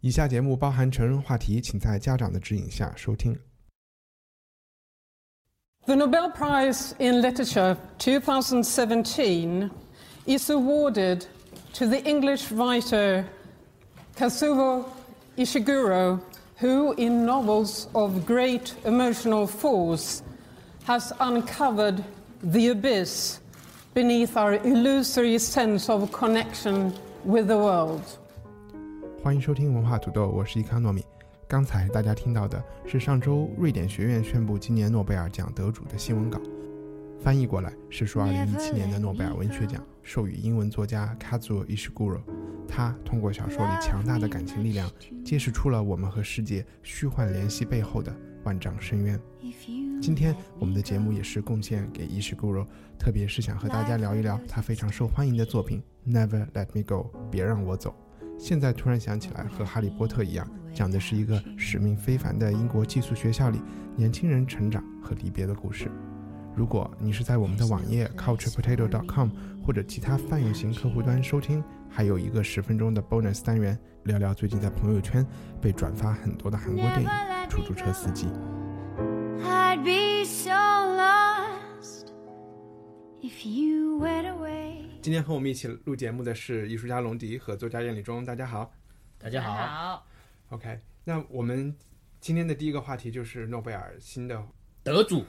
以下节目包含成人话题，请在家长的指引下收听。 The Nobel Prize in Literature 2017 is awarded to the English writer Kazuo Ishiguro, who, in novels of great emotional force, has uncovered the abyss beneath our illusory sense of connection with the world. 欢迎收听文化土豆，我是伊康糯米。刚才大家听到的是上周瑞典学院宣布今年诺贝尔奖得主的新闻稿，翻译过来是说2017年的诺贝尔文学奖授予英文作家 Kazuo Ishiguro。他通过小说里强大的感情力量，揭示出了我们和世界虚幻联系背后的万丈深渊。今天我们的节目也是贡献给 Ishiguro，特别是想和大家聊一聊他非常受欢迎的作品《Never Let Me Go》，别让我走。现在突然想起来，和《哈利波特》一样，讲的是一个使命非凡的英国寄宿学校里年轻人成长和离别的故事。如果你是在我们的网页 culturepotato.com 或者其他泛用型客户端收听，还有一个十分钟的 bonus 单元，聊聊最近在朋友圈被转发很多的韩国电影《出租车司机》。 I'd be so lost if you went away. 今天和我们一起录节目的是艺术家龙迪和作家燕礼中，大家好。大家好， OK，那我们今天的第一个话题就是诺贝尔新的得主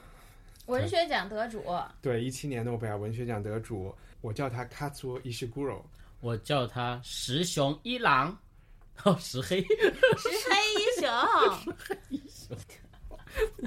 文学奖得主，对一七年诺贝尔文学奖得主，我叫他 Katsuo Ishiguro。我叫他石雄一郎， 哦，石黑，石黑一 雄，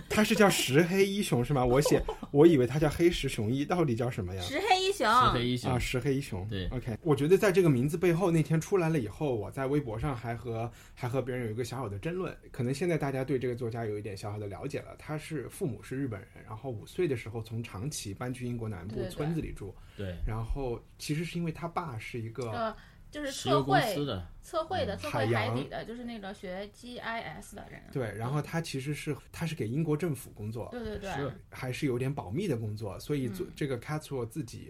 他是叫石黑一雄是吗？我写我以为他叫黑石雄一，到底叫什么呀？石黑一雄，石黑一雄啊，，石黑一雄。对，OK，我觉得在这个名字背后，那天出来了以后，我在微博上还和还和别人有一个小小的争论。可能现在大家对这个作家有一点小小的了解了。他是父母是日本人，然后五岁的时候从长崎搬去英国南部对对村子里住，对，然后其实是因为他爸是一个呃，就是石油测公司绘的，嗯测绘的，测海绘海洋底的，就是那个学 GIS 的人，对，然后他其实是他是给英国政府工作，对对对，嗯是还是有点保密的工作，所以做这个 Katsuo 自己。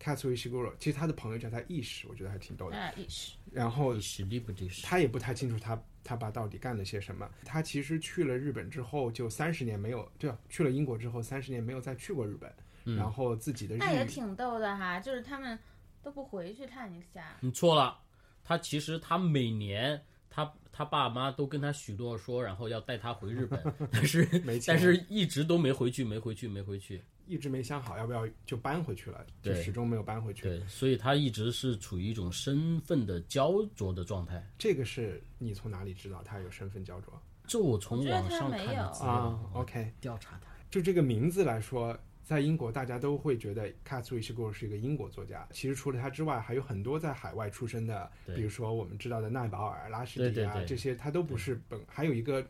Katsuo Ishiguro，其实他的朋友叫他意识，我觉得还挺逗的。那也哎是然后你实力不敌实，他也不太清楚他他爸到底干了些什么。他其实去了日本之后，就三十年没有对啊，去了英国之后三十年没有再去过日本，嗯然后自己的日那也语挺逗的哈，就是他们都不回去看一下，你错了，他其实他每年他他爸妈都跟他许诺说，然后要带他回 日本，但是没钱但是一直都没回去，没回去，没回去，一直没想好要不要就搬回去了，就对始终没有搬回去。对，所以他一直是处于一种身份的焦灼的状态。这个是你从哪里知道他有身份焦灼这我从我觉得网他上没看的有资啊料， ？OK，调查他，就这个名字来说，在英国大家都会觉得 Katsuo Ishiguro 是一个英国作家。其实除了他之外，还有很多在海外出生的，对比如说我们知道的奈保尔、拉什迪对啊对对这些，他都不是本。还有一个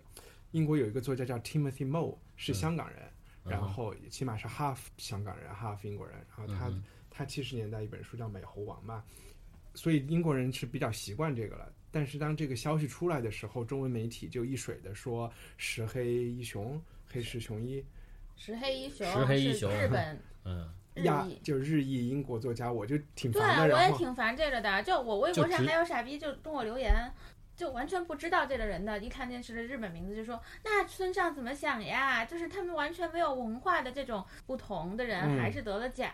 英国有一个作家叫 Timothy Mo，是嗯香港人，然后起码是 half 香港人，half 英国人。然后他、嗯他七十年代一本书叫《美猴王》嘛，所以英国人是比较习惯这个了。但是当这个消息出来的时候，中文媒体就一水的说石黑一雄、黑石雄一，石黑一雄，石黑一是雄日本嗯， 日亚裔。就日裔英国作家，我就挺对，烦的。我然也后挺烦这个的。就我微博就上直还有傻逼就跟我留言，就完全不知道这个人的，一看见是日本名字就说那村上怎么想呀？就是他们完全没有文化的这种不同的人，嗯还是得了奖。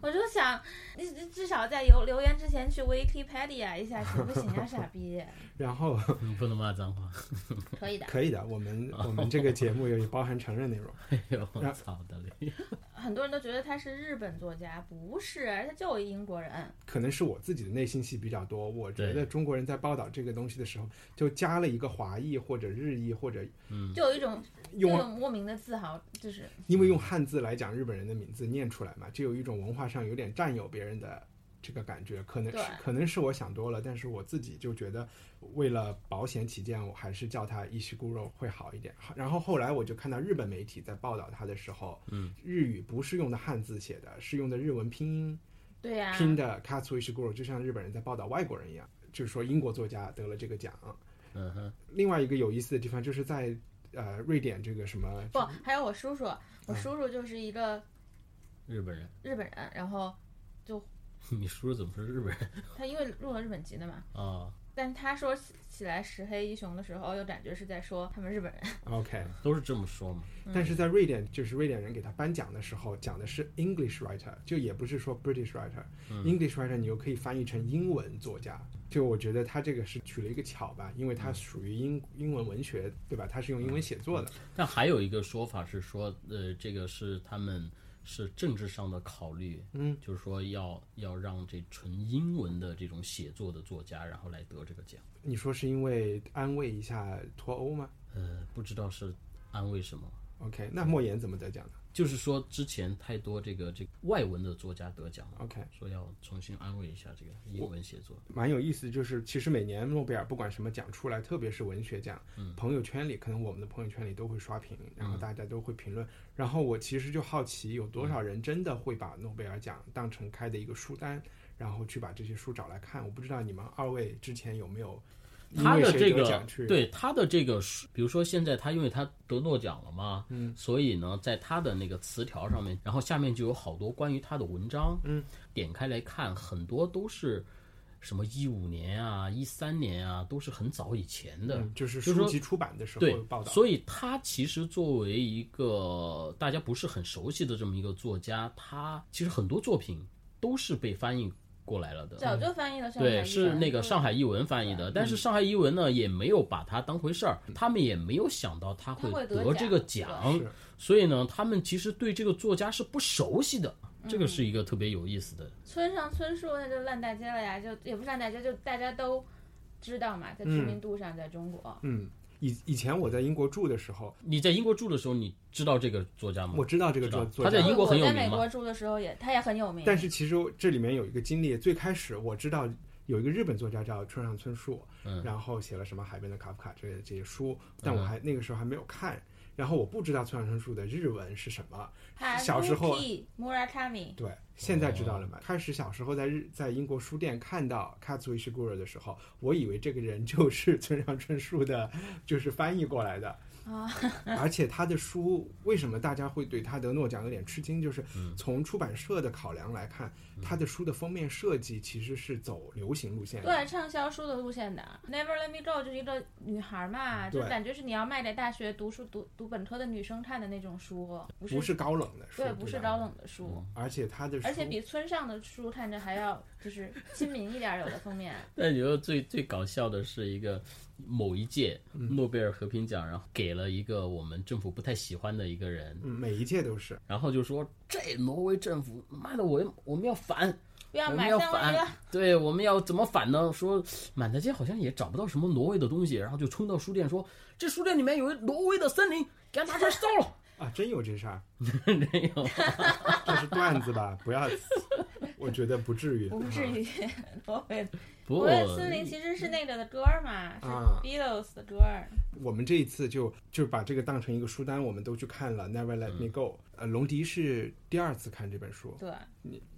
我就想，你你至少在留留言之前去 Wikipedia 一下行 不行啊，傻逼？然后，你不能骂脏话， 可以的可以的，我们我们这个节目也包含承认内容。哎呦，我操的嘞！很多人都觉得他是日本作家，不是，他就一英国人。可能是我自己的内心戏比较多，我觉得对中国人在报道这个东西的时候，就加了一个华裔或者日裔或者就有一种就有嗯用，莫名的自豪，就是因为用汉字来讲日本人的名字念出来嘛，就有一种文化上有点占有别人的这个感觉，可能对是可能是我想多了，但是我自己就觉得，为了保险起见，我还是叫他伊西咕肉会好一点。然后后来我就看到日本媒体在报道他的时候，嗯，日语不是用的汉字写的，是用的日文拼音对呀、拼的 Katsu Ishiguro，就像日本人在报道外国人一样，就是说英国作家得了这个奖。嗯哼，另外一个有意思的地方就是在呃瑞典这个什么不，还有我叔叔，嗯我叔叔就是一个日本人， 日本人，然后你叔叔怎么是日本人 他因为入了日本籍的嘛，啊？但他说起起来石黑一雄的时候，又感觉是在说他们日本人。 OK，都是这么说嘛？但是在瑞典，就是瑞典人给他颁奖的时候，讲的是 English writer，就也不是说 British writer、English writer 你又可以翻译成英文作家。就我觉得他这个是取了一个巧吧，因为他属于英英文文学，对吧？他是用英文写作的。但还有一个说法是说，呃，这个是他们是政治上的考虑，嗯，就是说要要让这纯英文的这种写作的作家，然后来得这个奖。你说是因为安慰一下脱欧吗呃，不知道是安慰什么。 ？OK，那莫言怎么得奖呢就是说，之前太多这个这个外文的作家得奖了， ？OK，说要重新安慰一下这个英文写作。蛮有意思，就是其实每年诺贝尔不管什么奖出来，特别是文学奖，嗯朋友圈里可能我们的朋友圈里都会刷屏，然后大家都会评论。然后我其实就好奇，有嗯多少人真的会把诺贝尔奖当成开的一个书单，然后去把这些书找来看？我不知道你们二位之前有没有因他为的谁这得个奖去对他的这个书，比如说现在他因为他得诺奖了嘛，嗯，所以呢，在他的那个词条上面，然后下面就有好多关于他的文章，嗯，点开来看，很多都是什么一五年啊、一三年啊，都是很早以前的，嗯就是就是书说籍出版的时对候报，道。所以他其实作为一个大家不是很熟悉的这么一个作家，他其实很多作品都是被翻译过来了的，早就翻译了上海译对，文嗯是那个上海译文翻译的，但是上海译文呢也没有把它当回事儿，他们也没有想到他他会得得这个奖奖是，所以呢，他们其实对这个作家是不熟悉的，这个是一个特别有意思的。村上春树那就烂大街了呀，就也不是烂大街，就大家都知道嘛，在知名度上，在中国，嗯，以以前我在英国住的时候，你在英国住的时候，你知道这个作家吗？我知道这个作嗯知道作家他在英国我很有在名嘛美国住的时候也，他也很有名。但是其实我这里面有一个经历，最开始我知道有一个日本作家叫村上春树，嗯然后写了什么《海边的卡夫卡》这这些书，但我还、那个时候还没有看，然后我不知道村上春树的日文是什么，小时候 Murakami 对，现在知道了嘛？开始小时候在日在英国书店看到 Katsu Ishiguro 的时候，我以为这个人就是村上春树的，就是翻译过来的。啊， 而且他的书为什么大家会对他得诺奖有点吃惊？就是从出版社的考量来看，他的书的封面设计其实是走流行路线的。对畅销书的路线的，Never Let Me Go 就是一个女孩嘛，就对感觉是你要卖给大学读书读读本科的女生看的那种书，哦不是不是高冷的书，对，不是吧高。冷的嗯书，而且他的书，而且比村上的书看着还要就是亲民一点儿，有的 封面。但你说最最搞笑的是一个某一届嗯诺贝尔和平奖，然后给了一个我们政府不太喜欢的一个人，嗯，每一届都是。然后就说这挪威政府，妈的，我我们要反，不要我买们要三文鱼 反了，，对，我们要怎么反呢？说满大街好像也找不到什么挪威的东西，然后就冲到书店说，这书店里面有一挪威的森林，给它拿出来烧了。啊，真有这事儿， 没有，这是段子吧？不要，我觉得不至于，不至于。 挪威的啊不挪过嗯威的森林其实是那个的歌儿嘛，是啊 Beatles 的歌儿。我们这一次就就把这个当成一个书单，我们都去看了《Never Let Me Go》。呃，嗯龙迪是第二次看这本书，对，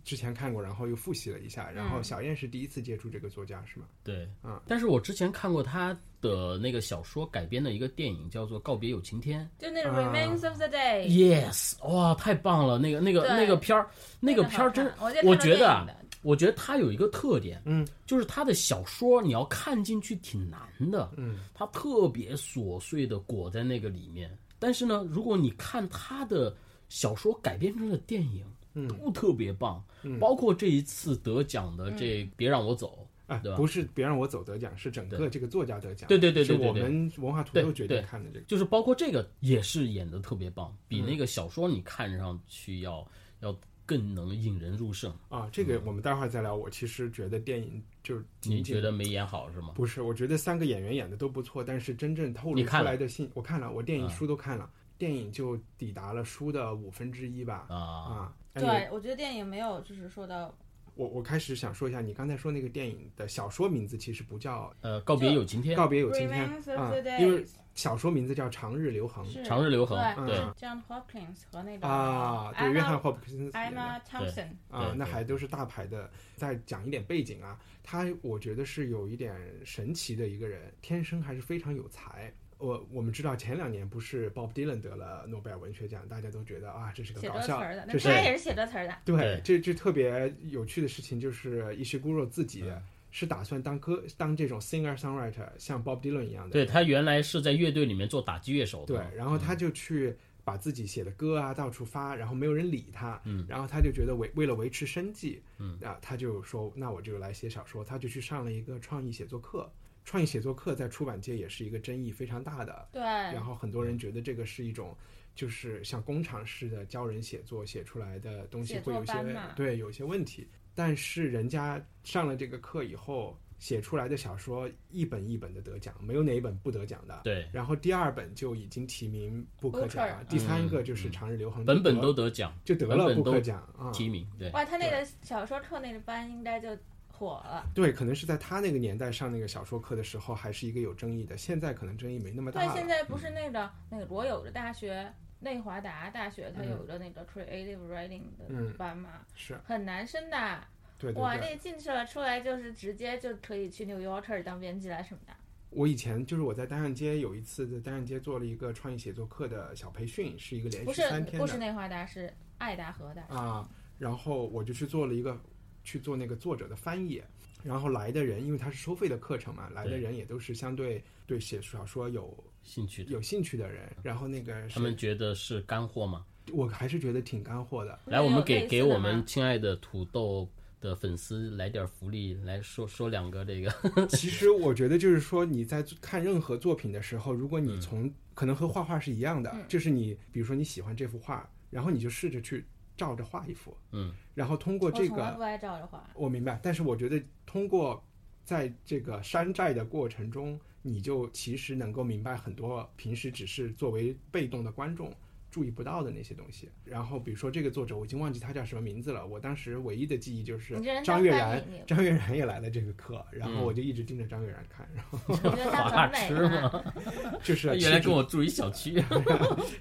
之前看过，然后又复习了一下。然后小燕是第一次接触这个作家，是吗？对嗯，但是我之前看过他的那个小说改编的一个电影，叫做《告别有晴天》。就那种 Remains of the Day。 Yes，哇，太棒了！那个那个对那个片儿，那个片儿真那个好看，我我觉觉得得看了啊电影的，我觉得它有一个特点，嗯，就是它的小说你要看进去挺难的，嗯，它特别琐碎的裹在那个里面。但是呢，如果你看它的小说改编成的电影，嗯都特别棒，包括这一次得奖的嗯这《别让我走》，啊，对吧不是别让我走得奖，是整个这个作家得奖。对对对对是对我对们文化土豆对决定对看的这个。就是包括这个也是演的特别棒，嗯比那个小说你看上去要要更能引人入胜。啊，这个我们待会儿再聊。我其实觉得电影就仅嗯你仅觉得没演好是吗？不是，我觉得三个演员演的都不错，但是真正透露你出看来了嗯的信，我看了，我电影书都看了，电影就抵达了书的五分之一吧。啊，啊，哎对，我觉得电影没有就是说到我我开始想说一下，你刚才说那个电影的小说名字其实不叫呃，告别有今《天，告别有今天 Remains》啊 of the，因为 Day，小说名字叫《长日流行》是长日流恒对，对是 John Hopkins 和那个啊，对，约翰霍普金斯演的。 Emma Thompson，啊对，那对还都是大牌的。再讲一点背景啊，他我觉得是有一点神奇的一个人，天生还是非常有才。我我们知道前两年不是 Bob Dylan 得了诺贝尔文学奖，大家都觉得啊，这是个写搞歌词笑儿的，，那这他是也是写歌词儿的，对，这这特别有趣的事情就是伊西咕若自己嗯是打算当歌当这种 singer songwriter，像 Bob Dylan 一样的对人，他原来是在乐队里面做打击乐手的对嘛，，然后他就去把自己写的歌啊到处发，然后没有人理他，嗯，然后他就觉得为为了维持生计，嗯，啊，他就说那我就来写小说，他就去上了一个创意写作课，创意写作课在出版界也是一个争议非常大的，对，然后很多人觉得这个是一种。就是像工厂式的教人写作写出来的东西写会作有一些班嘛对有一些问题，但是人家上了这个课以后写出来的小说一本一本的得奖，没有哪一本不得奖的。对然后第二本就已经提名布克奖了布克，第三个就是《长日流行》嗯本本就得都得奖，就得本了本布都克奖啊。提名，对，哇，他那个小说课那个班应该就火了。对，可能是在他那个年代上那个小说课的时候，还是一个有争议的，现在可能争议没那么大对，了。现在不是那个那个罗有的大学，内华达大学，它有一个那个 creative writing 嗯的班嘛，是很难升的。对对哇，对。那进去了出来就是直接就可以去 New Yorker 当编辑了什么的。我以前就是我在单向街有一次在单向街做了一个创意写作课的小培训，是一个连不续是哎三天不是的内华达，是爱达荷的。啊，然后我就去做了一个去做那个作者的翻译，然后来的人因为他是收费的课程嘛，来的对人也都是相对对写小说有兴趣的，有兴趣的人，然后那个是他们觉得是干货吗？我还是觉得挺干货 的。来，我们给给我们们亲爱的土豆的粉丝来点福利，来说说两个这个，其实我觉得就是说，你在看任何作品的时候，如果嗯你从、可能和画画是一样的，就是你比如说你喜欢这幅画，然后你就试着去照着画一幅，嗯，然后通过我 这哦从来不个，爱照着 画，我明白，但是我觉得通过在这个山寨的过程中，你就其实能够明白很多平时只是作为被动的观众。注意不到的那些东西，然后比如说这个作者，我已经忘记他叫什么名字了。我当时唯一的记忆就是你这人张当悦翻然译你，张悦然也来了这个课，然后嗯我就一直盯着张悦然看，然后我觉得画他吃很美啊吗嘛。就是他气 原来质跟我住一小区，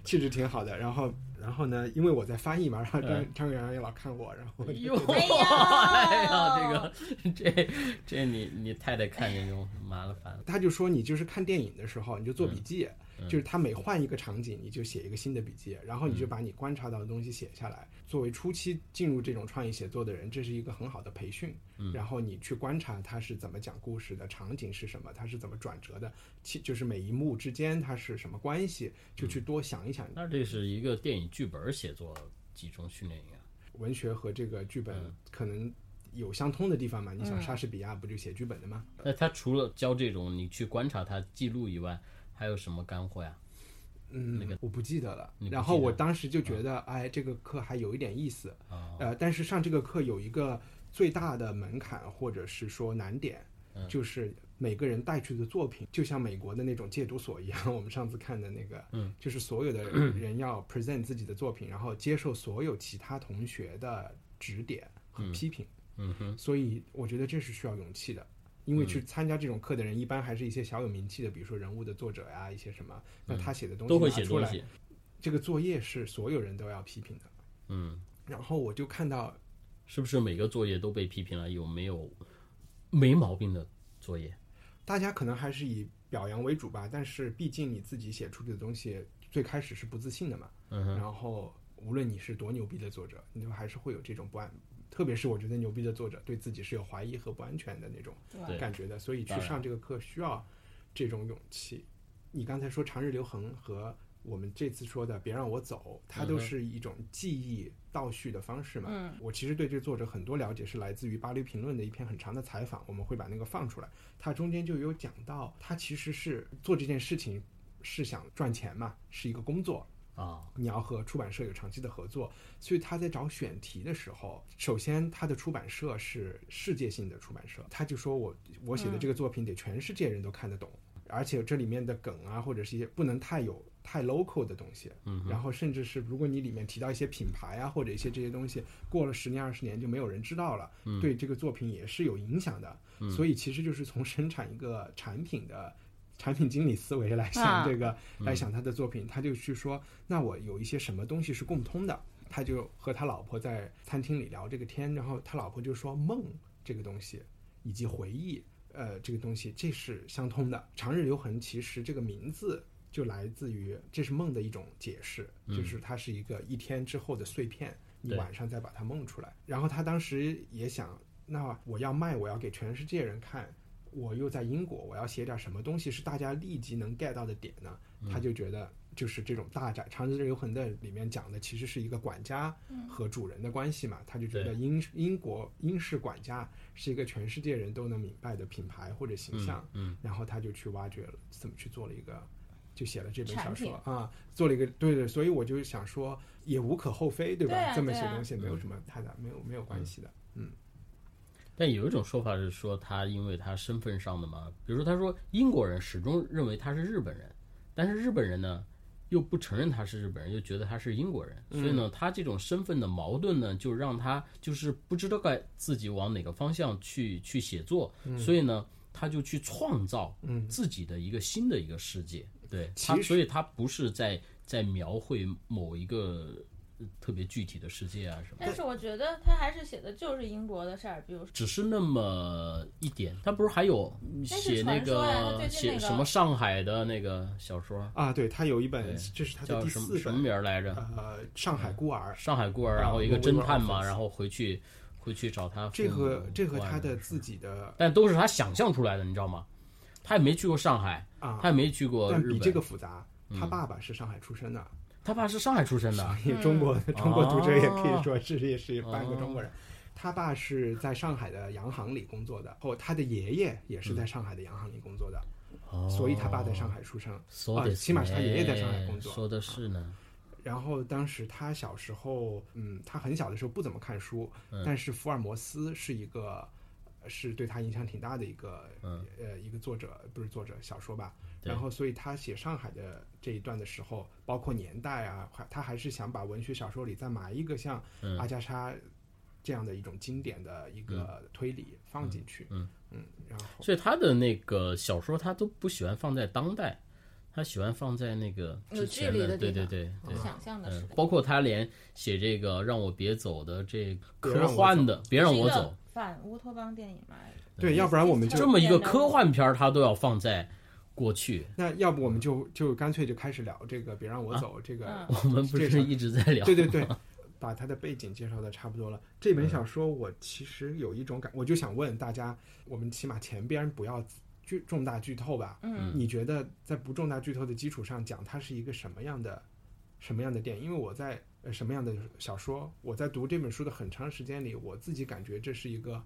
气质挺好的。然后，然后呢，因为我在翻译嘛，然后张嗯张悦然也老看我，然后我就 哟， 哎哎呦呀，这个这这你你太太看见就麻烦了，他就说你就是看电影的时候你就做笔嗯记，就是他每换一个场景你就写一个新的笔记，然后你就把你观察到的东西写下来。作为初期进入这种创意写作的人，这是一个很好的培训。嗯然后你去观察他是怎么讲故事的，场景是什么，他是怎么转折的，其就是每一幕之间它是什么关嗯系，就去多想一想那这是一个电影剧本写作集中训练营啊，文学和这个剧本嗯可能有相通的地方嘛。你想莎士比亚不就写剧本的吗？那他除了教这种你去观察他记录以外，还有什么干货呀？嗯，我不记得了你。不然后记得嗯我当时就觉得，哎，这个课还有一点意思。哦呃，但是上这个课有一个最大的门槛，或者是说难点，嗯就是每个人带去的作品，就像美国的那种戒毒所一样。 我们上次看的那个，嗯，就是所 有的人要 present 自己的作品，然后接受所有其他同学的指点和批评。嗯哼，嗯所以我觉得这是需要勇气的，因为去参加这种课的人，一般还是一些小有名气的，比如说人物的作者呀、一些什么，那他写的东西嗯都会拿写出东来西，这个作业是所有人都要批评的。嗯，然后我就看到，是不是每个作业都被批评了？有没有没毛病的作业？大家可能还是以表扬为主吧，但是毕竟你自己写出的东西最开始是不自信的嘛，嗯哼然后无论你是多牛逼的作者，你都还是会有这种不安，特别是我觉得牛逼的作者对自己是有怀疑和不安全的那种对感觉的，所以去当然上这个课需要这种勇气。你刚才说长日留恒和我们这次说的别让我走，它都是一种记忆倒叙的方式嘛。我其实对这个作者很多了解是来自于巴黎评论的一篇很长的采访，我们会把那个放出来。它中间就有讲到，他其实是做这件事情是想赚钱嘛，是一个工作。啊，你要和出版社有长期的合作，所以他在找选题的时候，首先他的出版社是世界性的出版社，他就说我我写的这个作品得全世界人都看得懂。而且这里面的梗啊，或者是一些不能太有太 local 的东西，嗯，然后甚至是如果你里面提到一些品牌啊，或者一些这些东西，过了十年二十年就没有人知道了，对这个作品也是有影响的，所以其实就是从生产一个产品的。产品经理思维来想啊这个，来想他的作品，他就去说，那我有一些什么东西是共通的，他就和他老婆在餐厅里聊这个天，然后他老婆就说梦这个东西以及回忆，呃，这个东西这是相通的。长日留痕其实这个名字就来自于这是梦的一种解释，就是它是一个一天之后的碎片，你嗯对晚上再把它梦出来。然后他当时也想，那我要卖，我要给全世界人看。我又在英国，我要写点什么东西是大家立即能 get 到的点呢？嗯他就觉得就是这种大宅《长日留痕》的里面讲的其实是一个管家和主人的关系嘛，他就觉得对英英国英式管家是一个全世界人都能明白的品牌或者形象，嗯然后他就去挖掘了怎么去做了一个，就写了这本小产说品啊，做了一个对对，所以我就想说也无可厚非，对吧？对啊这么对写啊嗯东西没有什么太大没有没有关系的，但有一种说法是说他因为他身份上的嘛，比如说他说英国人始终认为他是日本人，但是日本人呢又不承认他是日本人，又觉得他是英国人，嗯所以呢他这种身份的矛盾呢，就让他就是不知道该自己往哪个方向去去写作，嗯所以呢他就去创造自己的一个新的一个世界，对其他，实所以他不是在在描绘某一个呃特别具体的世界啊什么的。 但是我觉得他还是写的就是英国的事儿，比如说只是那么一点。他不是还有写那传说呀个他最近嗯那写个什么上海的那个小说，啊，对他有一本对这是他的叫第什四么什么本，名儿来着？嗯呃，《上海孤儿》上海孤儿，啊然后一个侦探嘛， Wolverine Orphans 然后回去回去找他父这母个这和关系他的自己的但都是他想象出来的，你知道吗？他也没去过上海，啊他也没去过但日比本。嗯这个复杂。他爸爸是上海出生的，他爸是上海出身的，也中国中国读者也可以说是也是半个中国人。他爸是在上海的洋行里工作的，后他的爷爷也是在上海的洋行里工作的，所以他爸在上海出生，说啊的，起码是他爷爷在上海工作。啊说的是呢，然后当时他小时候，嗯，他很小的时候不怎么看书，但是福尔摩斯是一个，是对他影响挺大的一个，呃，一个作者不是作者小说吧。对然后，所以他写上海的这一段的时候，包括年代啊，还他还是想把文学小说里再埋一个像阿加莎这样的一种经典的一个推理放进去。嗯然后所以他的那个小说他都不喜欢放在当代，他喜欢放在那个之有距前离的，的对地对方哦对对，想象的时嗯代，，包括他连写这个“让我别走”的这别让科我幻的“别让我是一走个反乌托邦电影嘛，对，要不然我们”这就么一个科幻片，儿，他都要放在过去。那要不我们就就干脆就开始聊这个，别让我走这个。我们不这是个一直在聊？对对对，把它的背景介绍的差不多了。这本小说嗯我其实有一种感，我就想问大家，我们起码前边不要剧重大剧透吧？嗯，你觉得在不重大剧透的基础上讲，它是一个什么样的什么样的电影？因为我在呃什么样的小说，我在读这本书的很长时间里，我自己感觉这是一个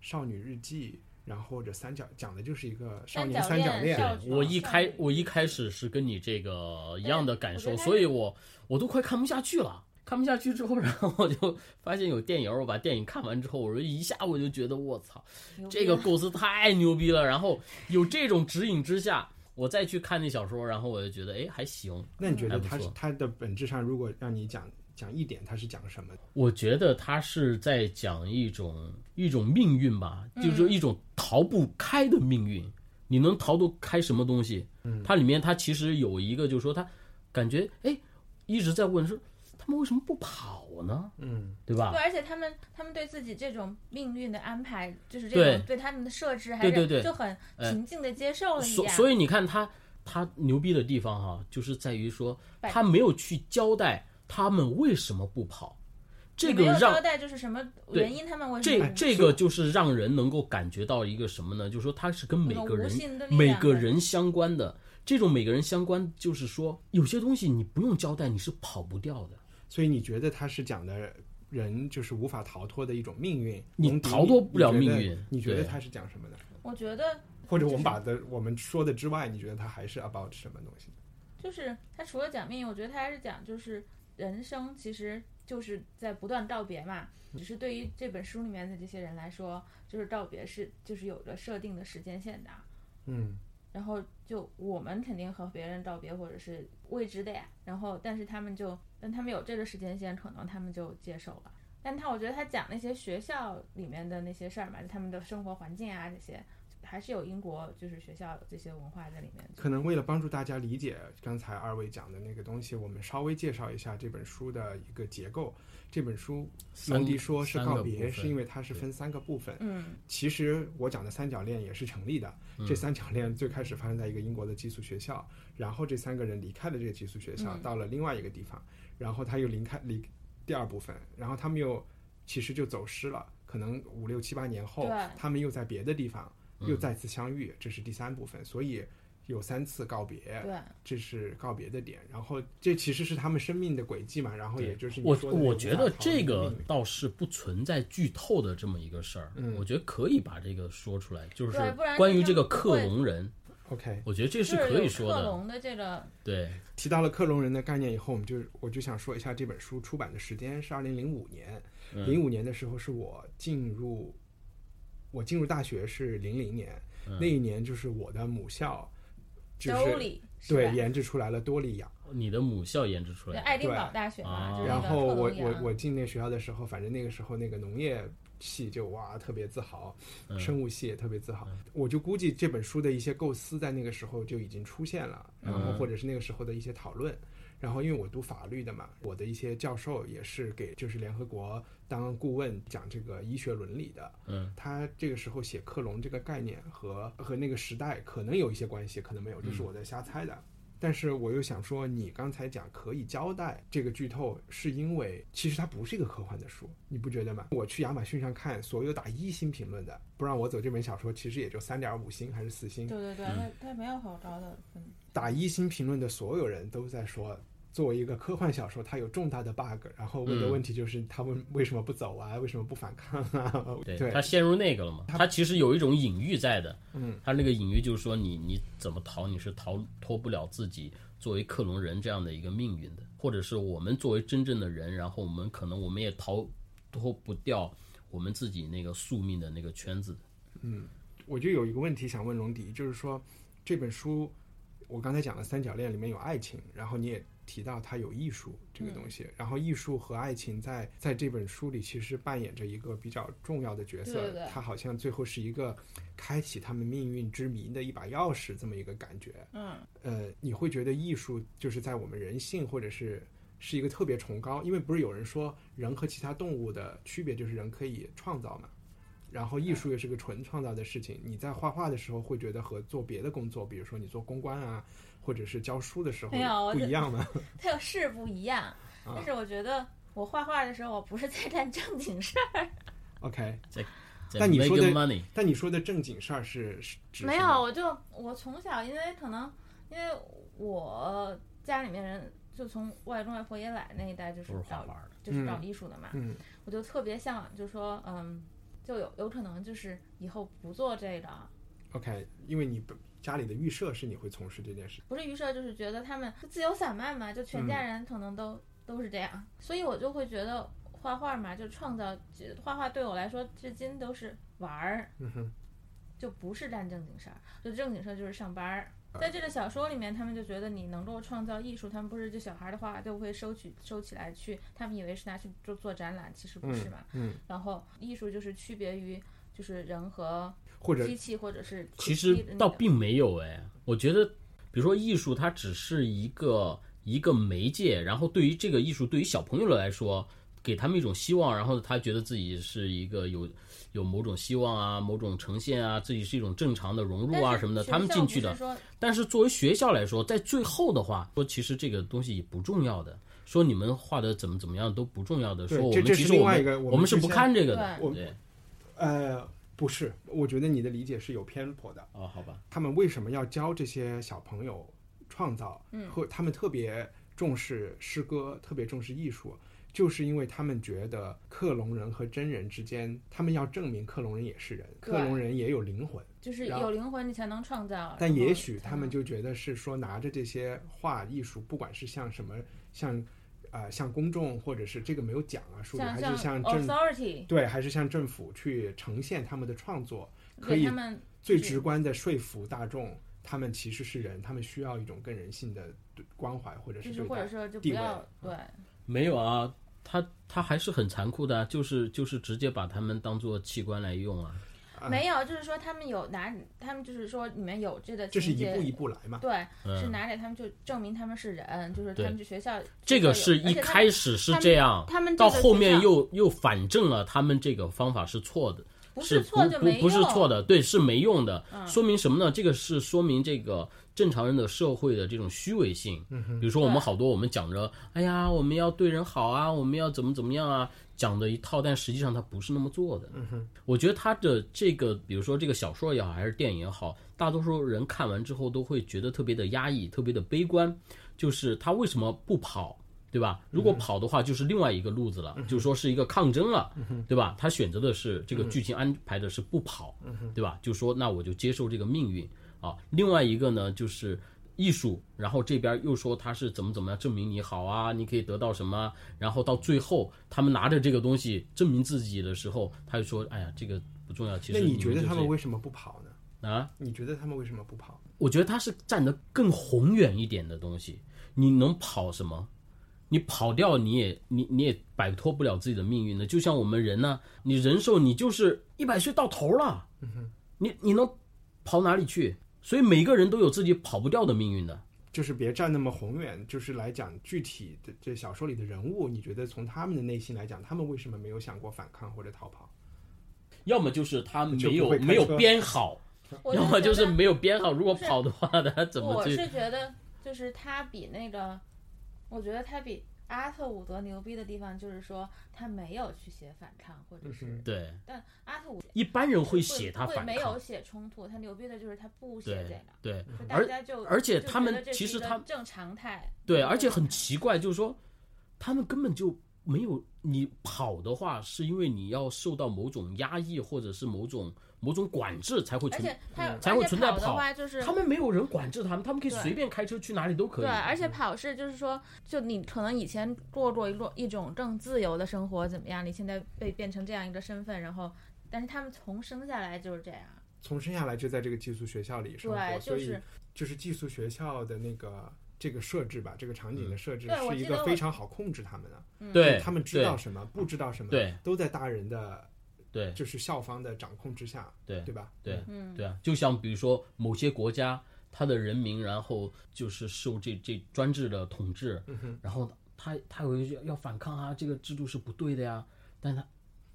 少女日记。然后或者三角讲的就是一个少年三三角角恋恋，少我一开上我一开始是跟你这个一样的感受，哎我觉得他所以我我都快看不下去了。看不下去之后，然后我就发现有电影，我把电影看完之后，我说一下我就觉得我操，啊这个构思太牛逼了。然后有这种指引之下，我再去看那小说，然后我就觉得哎还行。那你觉得还不它是错它的本质上，如果让你讲讲一点，它是讲什么？我觉得他是在讲一种一种命运吧，就是说一种逃不开的命运。你能逃得开什么东西？它里面它其实有一个，就是说他感觉哎一直在问说他们为什么不跑呢？嗯，对吧对，？而且他们他们对自己这种命运的安排，就是对这种对他们的设置，还对是对对就很哎平静的接受了一所样。所以你看他他牛逼的地方哈、就是在于说摆他没有去交代他们为什么不跑，这你个没有让交代就是什么对原因，他们为什这么哎这个就是让人能够感觉到一个什么呢？就是说它是跟每个人那种无形的力量每个人相关的，这种每个人相关，就是说有些东西你不用交代，你是跑不掉的，所以你觉得他是讲的人就是无法逃脱的一种命运，你蒙迪逃脱不了命你运觉得你觉得对他是讲什么呢？我觉得或者我们把的我们说的之外，你觉得他还是 about 什么东西？就是他除了讲命运，我觉得他还是讲就是人生，其实就是在不断道别嘛。只是对于这本书里面的这些人来说，就是道别是就是有着设定的时间线的。嗯，然后就我们肯定和别人道别或者是未知的呀，然后但是他们就，但他们有这个时间线，可能他们就接受了。但他我觉得他讲那些学校里面的那些事儿嘛，就他们的生活环境啊这些，还是有英国就是学校这些文化在里面。可能为了帮助大家理解刚才二位讲的那个东西，我们稍微介绍一下这本书的一个结构。这本书，三蒙迪说是三告个部别，分是因为它是分三个部分。嗯其实我讲的三角恋也是成立的。嗯这三角恋最开始发生在一个英国的寄宿学校，然后这三个人离开了这个寄宿学校，嗯到了另外一个地方，然后他又离开离第二部分，然后他们又其实就走失了，可能五六七八年后对，他们又在别的地方又嗯再次相遇，这是第三部分，所以有三次告别。对，啊这是告别的点，然后这其实是他们生命的轨迹嘛，然后也就是你我说的我那觉种得大逃这离的个命运嗯倒是不存在剧透的这么一个事儿，我觉得可以把这个说出来，就是对不然关于就这个不克会隆人， OK 我觉得这就是是可以有说克的，隆的这个对，提到了克隆人的概念以后，我们就我就想说一下这本书出版的时间是二零零五年，嗯零五年的时候是我进入我进入大学是零零年，嗯那一年就是我的母校就州是里是吧对研制出来了多利亚，你的母校研制出就来的，爱丁堡大学啊嘛，就是那然个后克隆啊我羊我我进那个学校的时候，反正那个时候那个农业系就哇特别自豪，生物系也特别自豪。我就估计这本书的一些构思在那个时候就已经出现了，然后或者是那个时候的一些讨论。然后因为我读法律的嘛，我的一些教授也是给就是联合国当顾问讲这个医学伦理的。嗯，他这个时候写克隆这个概念和和那个时代可能有一些关系，可能没有，这是我在瞎猜的。但是我又想说，你刚才讲可以交代这个剧透，是因为其实它不是一个科幻的书，你不觉得吗？我去亚马逊上看所有打一星评论的，不让我走这本小说，其实也就三点五星还是四星对。对对，嗯他他没有好高的分，打一星评论的所有人都在说，作为一个科幻小说，它有重大的 bug，然后问的问题就是他们为什么不走啊，为什么不反抗啊？对他陷入那个了嘛，他其实有一种隐喻在的，嗯，他那个隐喻就是说你你怎么逃，你是逃脱不了自己作为克隆人这样的一个命运的，或者是我们作为真正的人，然后我们可能我们也逃脱不掉我们自己那个宿命的那个圈子，我就有一个问题想问龙迪，就是说这本书，我刚才讲了三角恋里面有爱情，然后你也提到它有艺术这个东西，嗯然后艺术和爱情在在这本书里其实扮演着一个比较重要的角色，对对对它好像最后是一个开启他们命运之谜的一把钥匙这么一个感觉。嗯，呃，你会觉得艺术就是在我们人性或者是是一个特别崇高，因为不是有人说人和其他动物的区别就是人可以创造嘛，然后艺术也是个纯创造的事情。你在画画的时候会觉得和做别的工作，比如说你做公关啊，或者是教书的时候没有我不在一样嘛？他有是不一样，啊但是我觉得我画画的时候，我不是在干正经事儿， OK，在但你 m a 说 k 的 i money，但你说的正经事儿是是指没什有，么我就我从小因为可能因为我家里面人就从外公外婆爷爷奶奶那一代就是都是画搞画的就是搞嗯艺术的嘛，嗯我就特别向往，就说嗯，就有有可能就是以后不做这个， OK，因为你家里的预设是你会从事这件事。不是预设，就是觉得他们自由散漫嘛，就全家嗯人可能都、都是这样，所以我就会觉得画画嘛，就创造画画对我来说至今都是玩儿，嗯哼，就不是干正经事儿，就正经事儿就是上班儿。嗯在这个小说里面，他们就觉得你能够创造艺术，他们不是就小孩儿的话就会收取收起来去，他们以为是拿去做做展览，其实不是嘛。嗯，然后艺术就是区别于就是人和或者机器或者是其机实器的那倒个并没有哎，我觉得，比如说艺术，它只是一个一个媒介，然后对于这个艺术，对于小朋友来说，给他们一种希望，然后他觉得自己是一个有有某种希望啊，某种呈现啊，自己是一种正常的融入但啊是什么的，学他们校进不去是的。说但是作为学校来说，在最后的话，说其实这个东西也不重要的。说你们画的怎么怎么样都不重要的，对说我这们这其是实另我外一们个我我们们是之不前看这个的对，我对，呃，不是，我觉得你的理解是有偏颇的。哦，好吧，他们为什么要教这些小朋友创造？嗯，和他们特别重视诗歌，特别重视艺术，就是因为他们觉得克隆人和真人之间，他们要证明克隆人也是人，对克隆人也有灵魂。就是然后有灵魂你才能创造。但然后也许才他们能就觉得是说拿着这些画艺术，不管是像什么，像，呃，像公众或者是这个没有讲啊，书里还像是像哦政 authority 对，还是向政府去呈现他们的创作，可给以他们最是直观的说服大众，他们其实是人，他们需要一种更人性的对关怀或者就是是对或者待。说就不地位啊要对，没有啊，他他还是很残酷的啊，就是就是直接把他们当做器官来用啊。没有，就是说他们有拿，他们就是说里面有这个这是情一节步一啊步来嘛？对，是嗯拿着他们就证明他们是人，就是他对们去学校这个是一开始始是这样，他们到这个后学面校又又反证了他们这个方法是错的，不是错就不没不不是用嗯错，的，对，是没用的。说明什么呢？这个是说明这个正常人的社会的这种虚伪性。比如说我们对好多我们讲着，哎呀，我们要对人好啊，我们要怎么怎么样啊，讲的一套，但实际上他不是那么做的。我觉得他的这个，比如说这个小说也好，还是电影也好，大多数人看完之后都会觉得特别的压抑，特别的悲观，就是他为什么不跑？对吧？如果跑的话，就是另外一个路子嗯了，就说是一个抗争了，对吧？他选择的是这个剧情安排的是不跑，嗯对吧？就说那我就接受这个命运啊。另外一个呢，就是艺术，然后这边又说他是怎么怎么样证明你好啊，你可以得到什么啊，然后到最后他们拿着这个东西证明自己的时候，他就说，哎呀，这个不重要。其那实你觉得就他是们为什么不跑呢？啊？你觉得他们为什么不跑？我觉得他是站得更宏远一点的东西，你能跑什么？你跑掉，你也你你也摆脱不了自己的命运的。就像我们人呢、你人寿你就是一百岁到头了，嗯你你能跑哪里去？所以每个人都有自己跑不掉的命运的。就是别站那么宏远，就是来讲具体的这小说里的人物，你觉得从他们的内心来讲，他们为什么没有想过反抗或者逃跑？要么就是他就不没有会开车没有编好，我要么觉就是得没有编好。如果跑的话，他怎么我去？是觉得，就是他比那个，我觉得他比阿特伍德牛逼的地方，就是说他没有去写反抗，或嗯者是，对，但阿特伍德一般人会会写他会反没抗有，写冲突，他牛逼的就是他不写这对个，对，就大而家就而且就他觉们得这其是实一个他正常态，对，一个而且正很常奇怪，就是说他们根本就没有你跑的话，是因为你要受到某种压抑或者是某种某种管制才会而存，且他有才而会且存在跑的跑话就是他们没有人管制他们，他们可以对随便开车去哪里都可以。嗯对，而且跑是就是说，就你可能以前过过一种一种更自由的生活怎么样，你现在被变成这样一个身份，然后，但是他们从生下来就是这样，从生下来就在这个寄宿学校里生活，对，所就以是就是寄宿学校的那个这个设置吧，这个场景的嗯设置对我是一记得个我非常好控制他们的，对，他们知道什么，不知道什么，对都在大人的对就是校方的掌控之下，对对吧？嗯对对对啊，就像比如说某些国家，它的人民然后就是受这这专制的统治，嗯然后他他有一句要反抗啊，这个制度是不对的呀，但他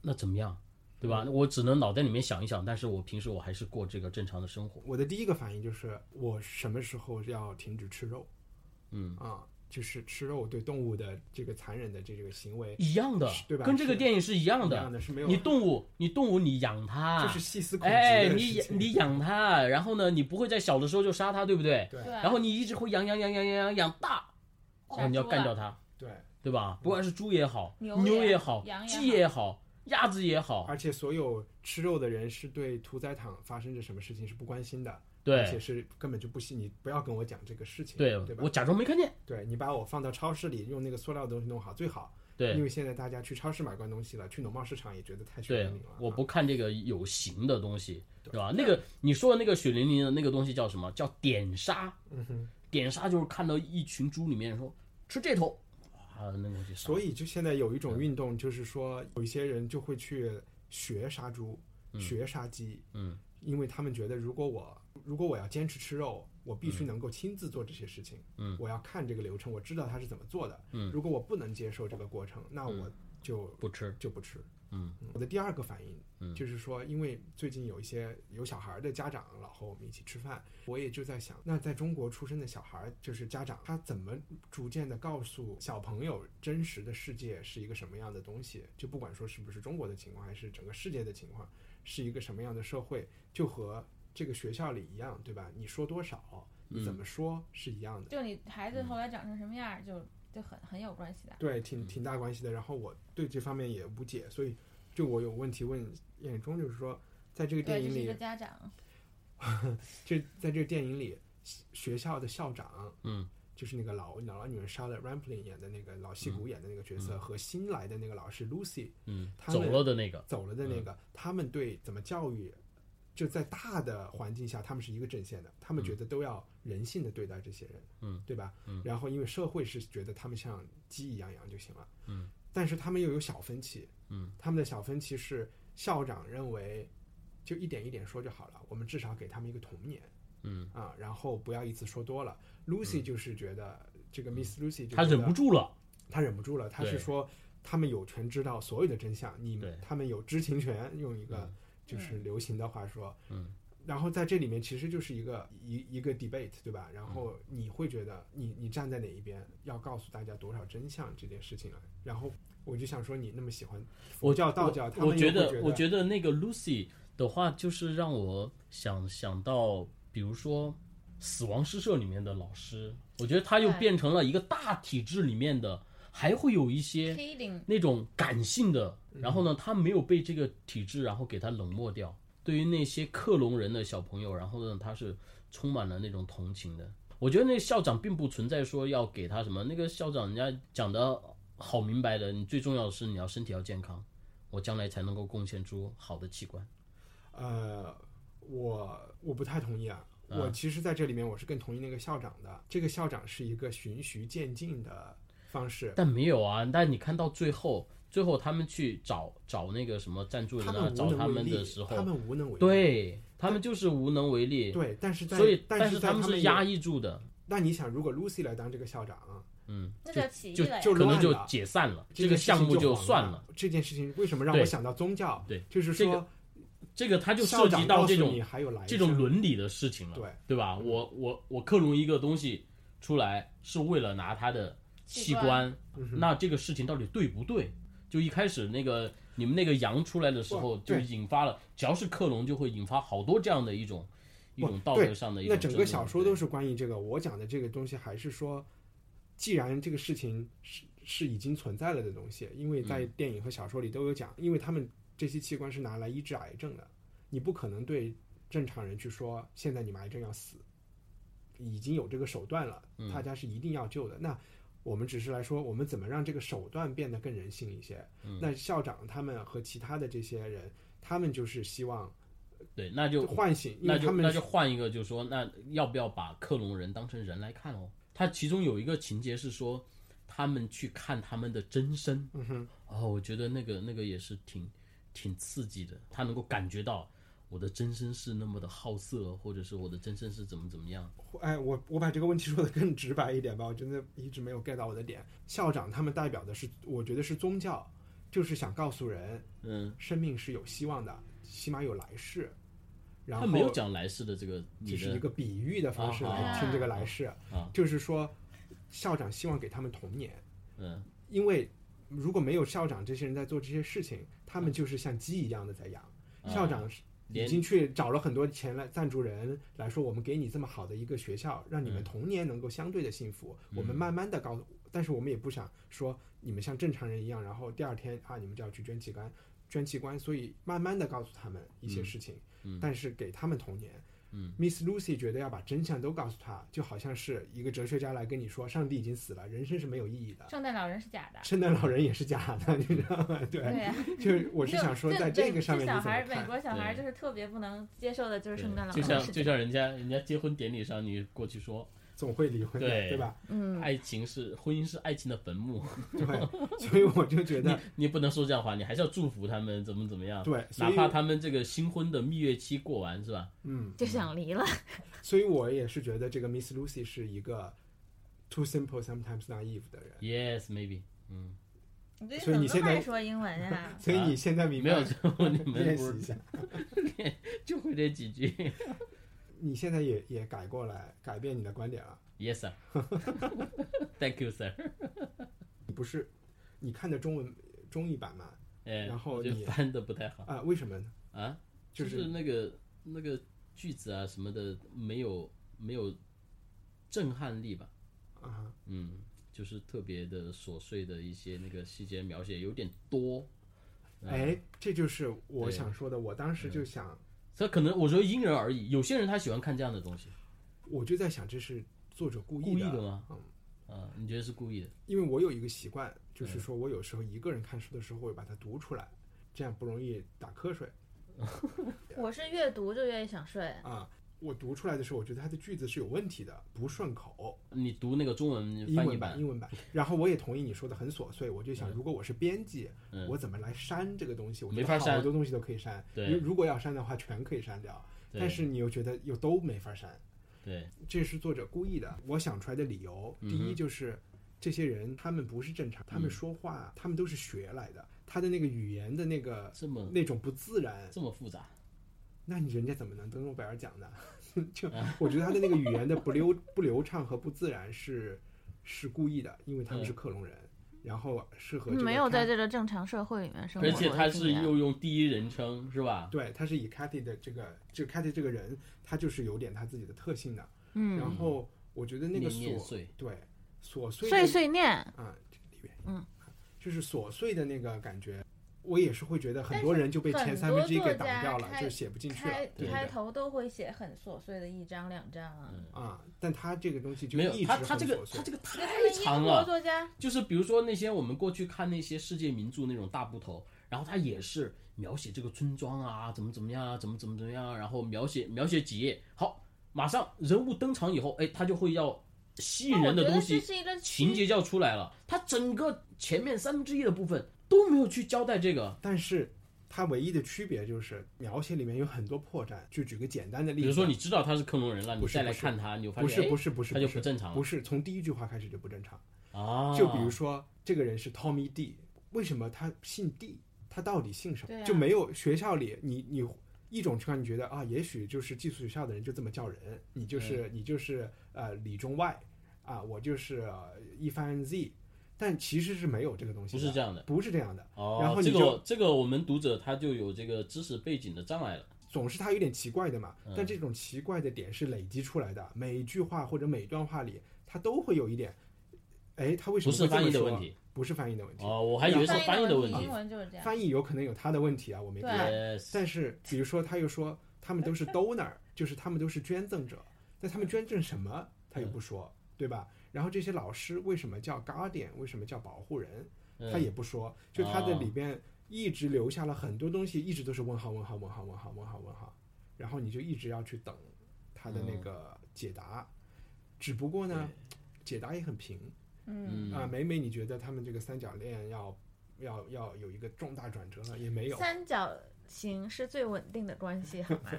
那怎么样，对吧？嗯我只能脑袋里面想一想，但是我平时我还是过这个正常的生活。我的第一个反应就是，我什么时候要停止吃肉？嗯啊，就是吃肉对动物的这个残忍的这这个行为一样的是，对吧跟这个是电影是一样一的。样的，是没有你动物，你动物，你养它，就是细思恐极哎，的你事养情。你养它，然后呢，你不会在小的时候就杀它，对不对？对对，然后你一直会养养养养养养养大，杀哦，你要猪干了掉它，对，对吧？不管是猪也好，牛牛也好，羊也鸡也好，鸭子也好，而且所有吃肉的人是对屠宰场发生着什么事情是不关心的，而且对是根本就不信你不要跟我讲这个事情，对对，吧我？假装没看见，对你把我放到超市里，用那个塑料的东西弄好最好，因对为现在大家去超市买关东西了，去农贸市场也觉得太血对淋淋了啊。，我不看这个有形的东西，对吧？那个你说的那个血淋淋的那个东西叫什么？叫点杀，嗯点杀就是看到一群猪里面说吃这头，啊，那个东西杀，所以就现在有一嗯种运动，就是说有一些人就会去学杀猪、学杀鸡，嗯，因为他们觉得如果我如果我要坚持吃肉，我必嗯须能够亲自做这些事情，嗯，我要看这个流程，我知道它是怎么做的，嗯，如果我不能接受这个过程，那我就嗯不吃，就不吃。嗯，我的第二个反应，就是说，因为最近有一些有小孩的家长老和我们一起吃饭，我也就在想，那在中国出生的小孩，就是家长他怎么逐渐的告诉小朋友真实的世界是一个什么样的东西？就不管说是不是中国的情况，还是整个世界的情况，是一个什么样的社会，就和这个学校里一样，对吧？你说多少，你怎么说是一样的。就你孩子嗯后来长成什么样儿，就就很很有关系的。对，挺挺大关系的。然后我对这方面也无解，所以就我有问题问眼中，就是说，在这个电对，这影是一个里，家长，这在这个电影里，学校的校长，嗯，就是那个老老女人 Charlotte Rampling 演的那个老戏骨演的那个角色，和新来的那个老师 Lucy 嗯，他走们了的那个，嗯走了的那个，他们对怎么教育就在大的环境下，他们是一个阵线的，他们觉得都要人性的对待这些人，嗯，对吧？嗯然后因为社会是觉得他们像鸡一样养就行了，嗯，但是他们又有小分歧，嗯，他们的小分歧是校长认为就一点一点说就好了，我们至少给他们一个童年，嗯啊，然后不要一次说多了。Lucy 就是觉得这个 Miss Lucy 就他觉嗯忍得不住了，他忍不住了，他对是说他们有权知道所有的真相，你对们他们有知情权，用一个嗯就是流行的话说，嗯，然后在这里面其实就是一个一一个 debate，对吧？嗯然后你会觉得你你站在哪一边，要告诉大家多少真相这件事情啊，然后。我就想说，你那么喜欢佛我教、道教，他我们我又觉会得得，我觉得那个 Lucy 的话，就是让我想想到，比如说《死亡诗社》里面的老师，我觉得他又对变成了一个大体制里面的，还会有一些 Kidding，那种感性的，嗯然后呢，他没有被这个体制，然后给他冷漠掉。对于那些克隆人的小朋友，然后呢，他是充满了那种同情的。我觉得那个校长并不存在说要给他什么，那个校长人家讲的好明白的，你最重要的是你要身体要健康，我将来才能够贡献出好的器官。呃，我我不太同意啊。我其实在这里面我是更同意那个校长的。这个校长是一个循序渐进的方式，但没有啊，但你看到最后，最后他们去找找那个什么赞助人他啊，们无找他能为们力，的时候，他们无能为力。对他们就是无能为力。对，但是在所以，但是在他们有是压。抑住的，那你想，如果 Lucy 来当这个校长，嗯，那就叫起义就了呀就可能就乱了解散了，这这个件事情项目就黄算了了。。这件事情为什么让对我想到宗教？对就是这说个这个它就涉校及长到告这诉种你还有来这种生伦理的事情了，对对吧？我我我克隆一个东西出来是为了拿它的器器官嗯那这个事情到底对不对？就一开始那个你们那个羊出来的时候不就对引发了，只要是克隆就会引发好多这样的一种一不种道对德上的一那种整个争论小说都对是关于这个。我讲的这个东西还是说，既然这个事情是是已经存在了的东西，因为在嗯电影和小说里都有讲，因为他们这些器官是拿来医治癌症的，你不可能对正常人去说现在你们癌症要死，已经有这个手段了，嗯大家是一定要救的。那我们只是来说，我们怎么让这个手段变得更人性一些？嗯那校长他们和其他的这些人，他们就是希望对，那就唤醒，因那为他就们那就换一个，就是说，那要不要把克隆人当成人来看哦？他其中有一个情节是说，他们去看他们的真身，嗯哼，哦，我觉得那个那个也是挺挺刺激的，他能够感觉到我的真身是那么的好色，或者是我的真身是怎么怎么样，哎，我我把这个问题说的更直白一点吧，我真的一直没有 get 到我的点。校长他们代表的是，我觉得是宗教，就是想告诉人，嗯，生命是有希望的，起码有来世。然他后没有讲来世的这个你就是一的个比喻的方式来啊听这个来世，啊， 就是说，校长希望给他们童年，嗯，因为如果没有校长这些人在做这些事情，他嗯们就是像鸡一样的在养。啊校长是已连经去找了很多钱来赞助人来说，我们给你这么好的一个学校，让你嗯们童年能够相对的幸福。我们慢慢的告诉，但是我们也不想说你们像正常人一样，然后第二天啊，你们就要去捐器官，捐器官，所以慢慢的告诉他们一嗯些事情，但是给他们童年。Miss Lucy 觉得要把真相都告诉他，就好像是一个哲学家来跟你说，上帝已经死了，人生是没有意义的。圣诞老人是假的。圣诞老人也是假的，你知道吗？对，对呀、就是我是想说，就在这这个上面你小怎孩么儿，美看？国小孩儿对就是特别不能接受的，就是圣诞老就人像的事就情。像人家人家结婚典礼上，你过去说，总会离婚的，对对吧？嗯嗯爱情是婚姻是爱情的坟墓，对，所以我就觉你得，你不能说这样话，你还是要祝福他们怎么怎么样。对所哪以怕他们这个新婚的蜜月期过完是吧？嗯，就想离了。所以我也是觉得这个 Miss Lucy 是一个 too simple sometimes naive 的人。 Yes, maybe。嗯，你最所以你现近怎么在？爱说英文呀 所以你现在明没白有，就你 们练不习一是下，就会这几句。你现在也也改过来，改变你的观点了。啊 Yes, sir. Thank you, sir. 你看的中文中译版嘛？哎，然后我就你翻的不太好啊，为什么呢？啊，就就是是那个那个句子啊什么的没有没有震撼力吧？啊，嗯，就是特别的琐碎的一些那个细节描写有点多。哎，这就是我嗯对想说的。我当时就想，这可能我觉得因人而异，有些人他喜欢看这样的东西，我就在想，这是作者故故意意的的吗？嗯，啊，你觉得是故意的？因为我有一个习惯，嗯就是说我有时候一个人看书的时候会把它读出来，这样不容易打瞌睡。我是越读就越想睡，啊。我读出来的时候，我觉得它的句子是有问题的，不顺口。你读那个中文英翻译文版，英文版。然后我也同意你说的很琐碎，我就想，如果我是编辑，嗯我怎么来删这个东西？我觉没得法好删多东西都可以删。对如如果要删的话，全可以删掉。对但是你又觉得又都没法删，对这是作者故意的。我想出来的理由，第嗯一就是这些人他们不是正常，他们说话他们都是学来的，他的那个语言的那个这么那种不自然，这么复杂，那你人家怎么能得诺贝尔奖呢？ 就我觉得他的那个语言的不流不流畅和不自然是是故意的，因为他们是嗯克隆人，然后是和这个没有在 Cat- 这个正常社会里面生活过的而经且验，他是又用第一人称是吧？对，他是以 Cathy 的这个这个 Cathy 这个人，他就是有点他自己的特性的。嗯，然后我觉得那个念念琐碎对琐碎的碎碎念，啊，这里面嗯， 就是琐碎的那个感觉。我也是会觉得很多但是人就被前很三分之一多给作挡家掉了，开就写不进去了开，对不开对？头都会写很琐碎的一章两章啊。啊，但他这个东西就没一有直他他很这个琐碎他这个太他们长英国了，作家就是比如说那些我们过去看那些世界名著那种大部头，然后他也是描写这个村庄啊，怎么怎么样啊，怎么怎么怎么样啊，然后描写描写几页，好，马上人物登场以后，哎，他就会要吸引人的东我觉西得这是一个，情节就要出来了。他整个前面三分之一的部分都没有去交代这个，但是它唯一的区别就是描写里面有很多破绽。就举个简单的例子，比啊如说你知道他是克隆人了，你不是再来不是看他，你就发不是现哎不是不是他就不不是正常了，不是是从第一句话开始就不正常。啊，就比如说这个人是 Tommy D，为什么他姓 D？他到底姓什么？对啊就没有学校里你你一种情况，你觉得啊，也许就是寄宿学校的人就这么叫人，你就是、你就是呃李中外啊，我就是、呃一帆 Z，但其实是没有这个东西，不是这样的不是这样的。哦，然后你这就、个这个我们读者他就有这个知识背景的障碍了。总是它有点奇怪的嘛。嗯但这种奇怪的点是累积出来的，每一句话或者每一段话里，它都会有一点，哎，它为什么不是会这翻么译的说问题，不是翻译的问题，哦，我还以为是翻译的问英题。文就是这样。翻译有可能有它的问题啊，我没对看。 Yes，但是比如说，他又说他们都是 donor，就是 他们都是捐赠者，但他们捐赠什么，他又不嗯说，对吧？然后这些老师为什么叫 guardian，为什么叫保护人，嗯他也不说，就他的哦里边一直留下了很多东西，一直都是问号问号问号问号问号问号，然后你就一直要去等他的那个解答，只不过呢，解答也很平，嗯啊，每每你觉得他们这个三角恋要要要有一个重大转折了，也没有，三角形是最稳定的关系，好吗？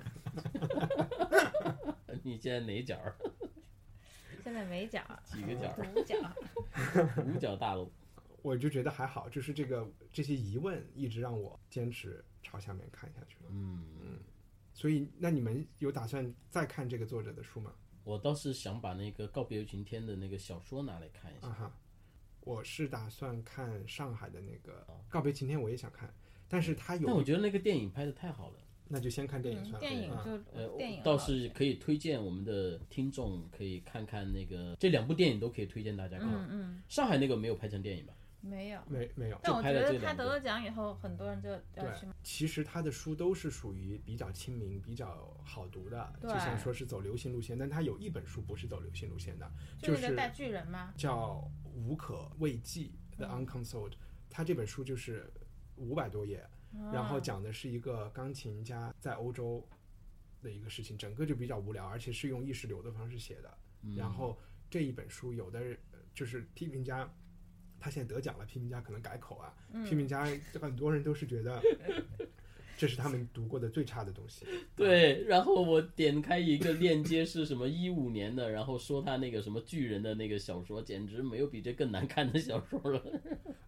你现在哪角儿？ 现在没讲，几个角儿？不讲。五角大楼。我就觉得还好，就是这个这些疑问一直让我坚持朝下面看下去了，嗯所以那你们有打算再看这个作者的书吗？我倒是想把那个《告别雨晴天》的那个小说拿来看一啊下。哈，我是打算看上海的那个《告别晴天》，我也想看，但是他但我有，觉得哦那个电影拍的太好了，那就先看电影算了。嗯电影啊、就、呃，电我影好倒一是点可以推荐我们的听众可以看看那个这两部电影都可以推荐大家看。嗯嗯，上海那个没有拍成电影吧？没有。没没有。但我拍觉了得这他两得个了奖以后，很多人就对要去买。，其实他的书都是属于比较亲民、比较好读的，就对像说是走流行路线，但他有一本书不是走流行路线的，就那是个大巨人嘛，叫《无可慰藉》的《Unconsoled》，他这本书就是五百多页，然后讲的是一个钢琴家在欧洲的一个事情，整个就比较无聊，而且是用意识流的方式写的。然后这一本书，有的人呃就是批评家。他现在得奖了，批评家可能改口啊。批评家很多人都是觉得这是他们读过的最差的东西。对， 然后我点开一个链接是什么一五年的，然后说他那个什么巨人的那个小说，简直没有比这更难看的小说了。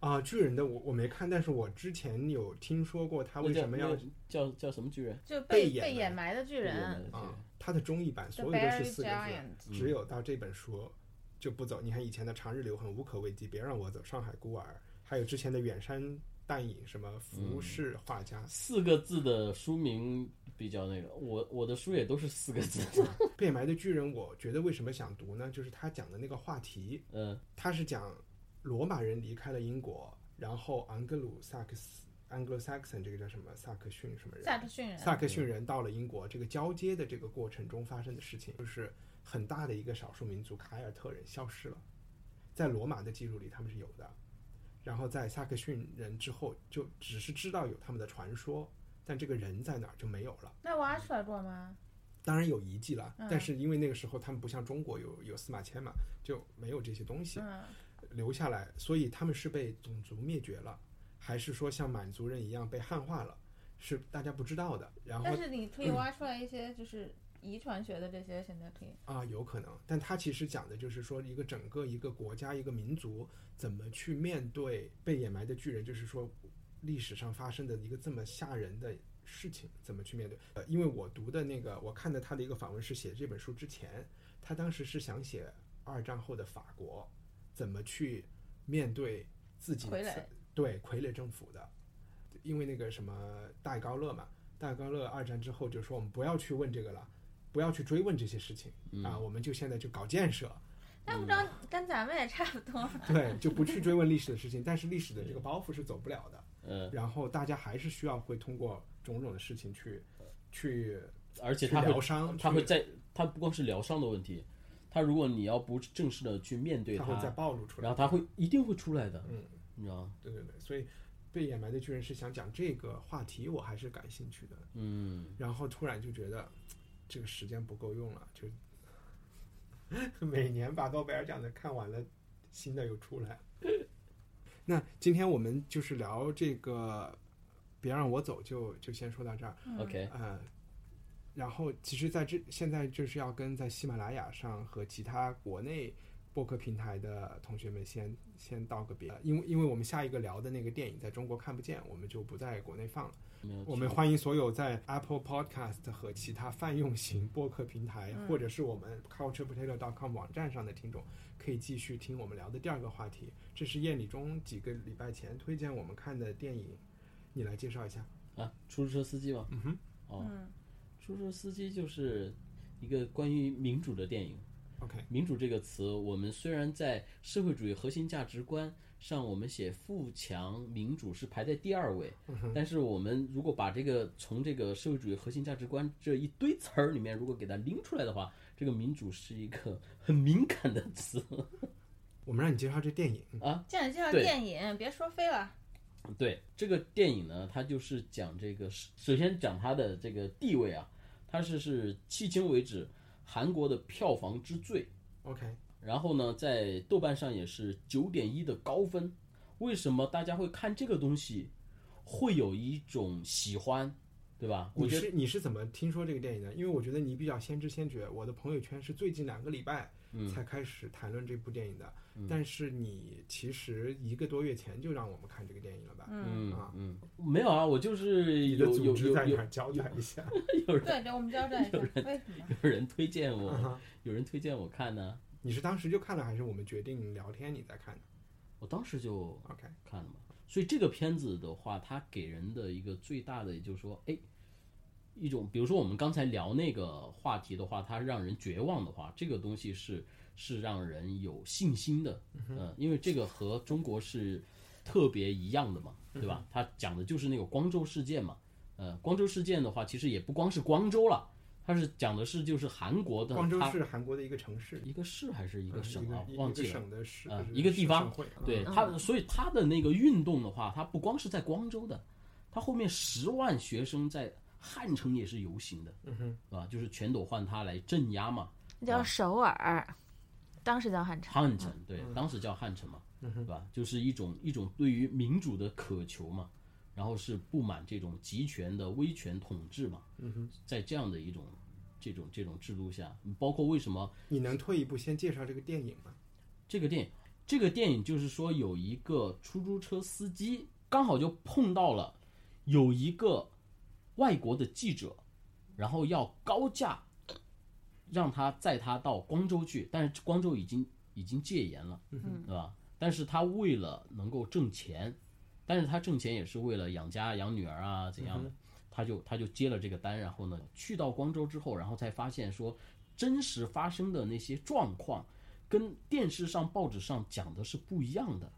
啊，巨人的我我没看，但是我之前有听说过他为叫什么要那个叫叫什么巨人？就被被掩被埋掩埋的巨人，巨人啊，它的中译版所有都是 Barry 四个 Giant 字，只有到这本书就不走。你看以前的《长日留痕》《无可慰藉》《别让我走》《上海孤儿》，还有之前的《远山淡影》什么服饰画家，四个字的书名比较那个，我我的书也都是四个字的。被埋的巨人》，我觉得为什么想读呢？就是他讲的那个话题，嗯他是讲罗马人离开了英国，然后昂格鲁萨克斯 （Anglo-Saxon） 这个叫什么萨克逊什么人？萨克逊人，萨克逊人到了英国这个交接的这个过程中发生的事情，就是很大的一个少数民族凯尔特人消失了，在罗马的记录里他们是有的，然后在萨克逊人之后就只是知道有他们的传说，但这个人在哪儿就没有了。那挖出来过吗？当然有遗迹了，嗯但是因为那个时候他们不像中国有有司马迁嘛，就没有这些东西嗯，留下来，所以他们是被种族灭绝了，还是说像满族人一样被汉化了，是大家不知道的。然后但是你可以挖出来一些就是遗传学的这些，现在可以。啊，有可能，但它其实讲的就是说，一个整个一个国家、一个民族怎么去面对被掩埋的巨人，就是说历史上发生的一个这么吓人的事情，怎么去面对？呃，因为我读的那个，我看的他的一个访问是写这本书之前，他当时是想写二战后的法国怎么去面对自己傀儡曾对傀儡政府的，因为那个什么戴高乐嘛，戴高乐二战之后就说我们不要去问这个了。不要去追问这些事情、啊，我们就现在就搞建设，那不知道嗯跟咱们也差不多。哦 对，就不去追问历史的事情。但是历史的这个包袱是走不了的，呃，然后大家还是需要会通过种种的事情去呃去而且去他会疗伤，他会去在他不光是疗伤的问题，他如果你要不正式的去面对他会再暴露出来然。后他会一定会出来的，嗯，你知道吗？对对对，所以被掩埋的巨人是想讲这个话题，我还是感兴趣的。嗯，然后突然就觉得这个时间不够用了，就 每年把诺贝尔奖的看完了，新的又出 来。那今天我们就是聊这个，别让我走就就先说到这儿。 OK，呃，然后其实在这现在就是要跟在喜马拉雅上和其他国内播客平台的同学们先先道个别，呃因为因为我们下一个聊的那个电影在中国看不见，我们就不在国内放了。我们欢迎所有在 Apple Podcast 和其他泛用型播客平台，或者是我们 culturepotato.com 网站上的听众，可以继续听我们聊的第二个话题。这是夜里中几个礼拜前推荐我们看的电影，你来介绍一下。啊，出租车司机吗？嗯哼，哦，出租车司机就是一个关于民主的电影。 OK，民主这个词，我们虽然在社会主义核心价值观上，我们写富强民主是排在第二位，但是我们如果把这个从这个社会主义核心价值观这一堆词儿里面，如果给它拎出来的话，这个民主是一个 很敏感的词。我们让你介绍这电影。这样介绍对电影，别说飞了。对这个电影呢，它就是讲这个，首先讲它的这个地位啊，它是是迄今为止韩国的票房之最， OK，然后呢，在豆瓣上也是九点一的高分。为什么大家会看这个东西，会有一种喜欢，对吧？我你觉得是你是怎么听说这个电影的？因为我觉得你比较先知先觉，我的朋友圈是最近两个礼拜嗯才开始谈论这部电影的，但是你其实一个多月前就让我们看这个电影了吧？嗯啊，嗯，没有啊，我就是你的有有组织有在有哪儿交代一 下？对，这我们交代一下，为什么？有人推荐 我，有人推荐我看呢，啊你是当时就看了，还是我们决定聊天你再看的我当时就？OK，看了嘛。所以这个片子的话，它给人的一个最大的，也就是说，哎，一种比如说我们刚才聊那个话题的话，它让人绝望的话，这个东西是是让人有信心的，嗯、因为这个和中国是特别一样的嘛，嗯对吧？它讲的就是那个光州事件嘛，呃，光州事件的话，其实也不光是光州了，它是讲的是就是韩国的光州它是韩国的一个城市，一个市还是一嗯个省一啊个，一忘一记个了省。的市呃，就是一个地方省会，对嗯它，所以它的那个运动的话，它不光是在光州的，它后面十万学生在汉城也是游行的，嗯哼，啊，就是全斗焕他来镇压嘛，那叫首尔，当时叫汉城。汉嗯城，对，当时叫汉城嘛，对吧？就是一种一种对于民主的渴求嘛，然后是不满这种集权的威权统治嘛，嗯在这样的一种这种这种制度下，包括为什么你能退一步先介绍这个电影吗？这个电影，这个电影就是说有一个出租车司机刚好就碰到了有一个外国的记者，然后要高价让他载他到光州去，但是光州已经已经戒严了，对吧？但是他为了能够挣钱，但是他挣钱也是为了养家养女儿啊怎样的，他就他就接了这个单，然后呢去到光州之后，然后才发现说真实发生的那些状况跟电视上、报纸上讲的是不一样的。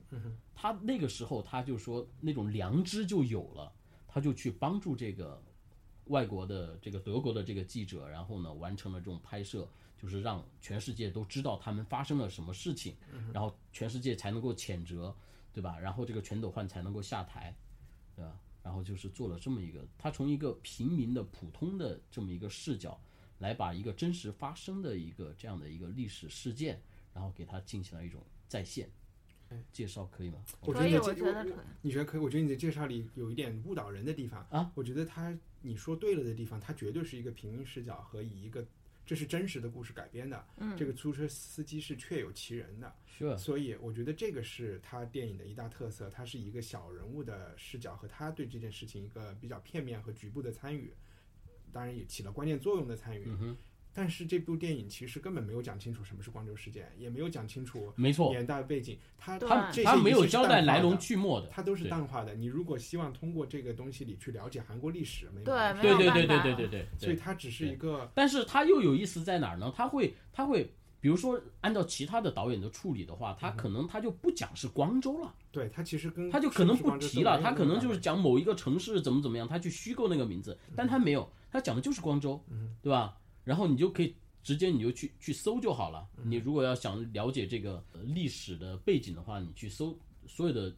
他那个时候他就说那种良知就有了，他就去帮助这个外国的这个德国的这个记者，然后呢完成了这种拍摄，就是让全世界都知道他们发生了什么事情，然后全世界才能够谴责，对吧？然后这个全斗焕才能够下台，对吧？然后就是做了这么一个，他从一个平民的普通的这么一个视角，来把一个真实发生的一个这样的一个历史事件，然后给它进行了一种再现。嗯介绍可以吗？我觉可得你以，的我介觉得可以。你觉得可以？我觉得你的介绍里有一点误导人的地方啊。我觉得他你说对了的地方，他绝对是一个平民视角和以一个这是真实的故事改编的。嗯，这个出租车司机是确有其人的，是所以我觉得这个是他电影的一大特色，他是以一个小人物的视角和他对这件事情一个比较片面和局部的参与，当然也起了关键作用的参与。嗯哼但是这部电影其实根本没有讲清楚什么是光州事件，也没有讲清楚没错，年代背景，他对他这些他没仪有式交淡代化来的龙去脉的，它都是对淡化的。你如果希望通过这个东西里去了解韩国历史，没对办法没对有对办对对法对对对所以对。它只是一个但是他又有意思在哪儿呢？他会他会，比如说按照其他的导演的处理的话，嗯他可能他就不讲是光州了，对它其实跟他就可嗯能是不不是提光了，州他可能就没有是那么大关系讲某一个城市怎么怎么样，他去虚构那个名字，嗯但他没有，他讲的就是光州，对吧？然后你就可以直接你就去去搜就好了。嗯你如果要想了解这个呃历史的背景的话，你去搜所有的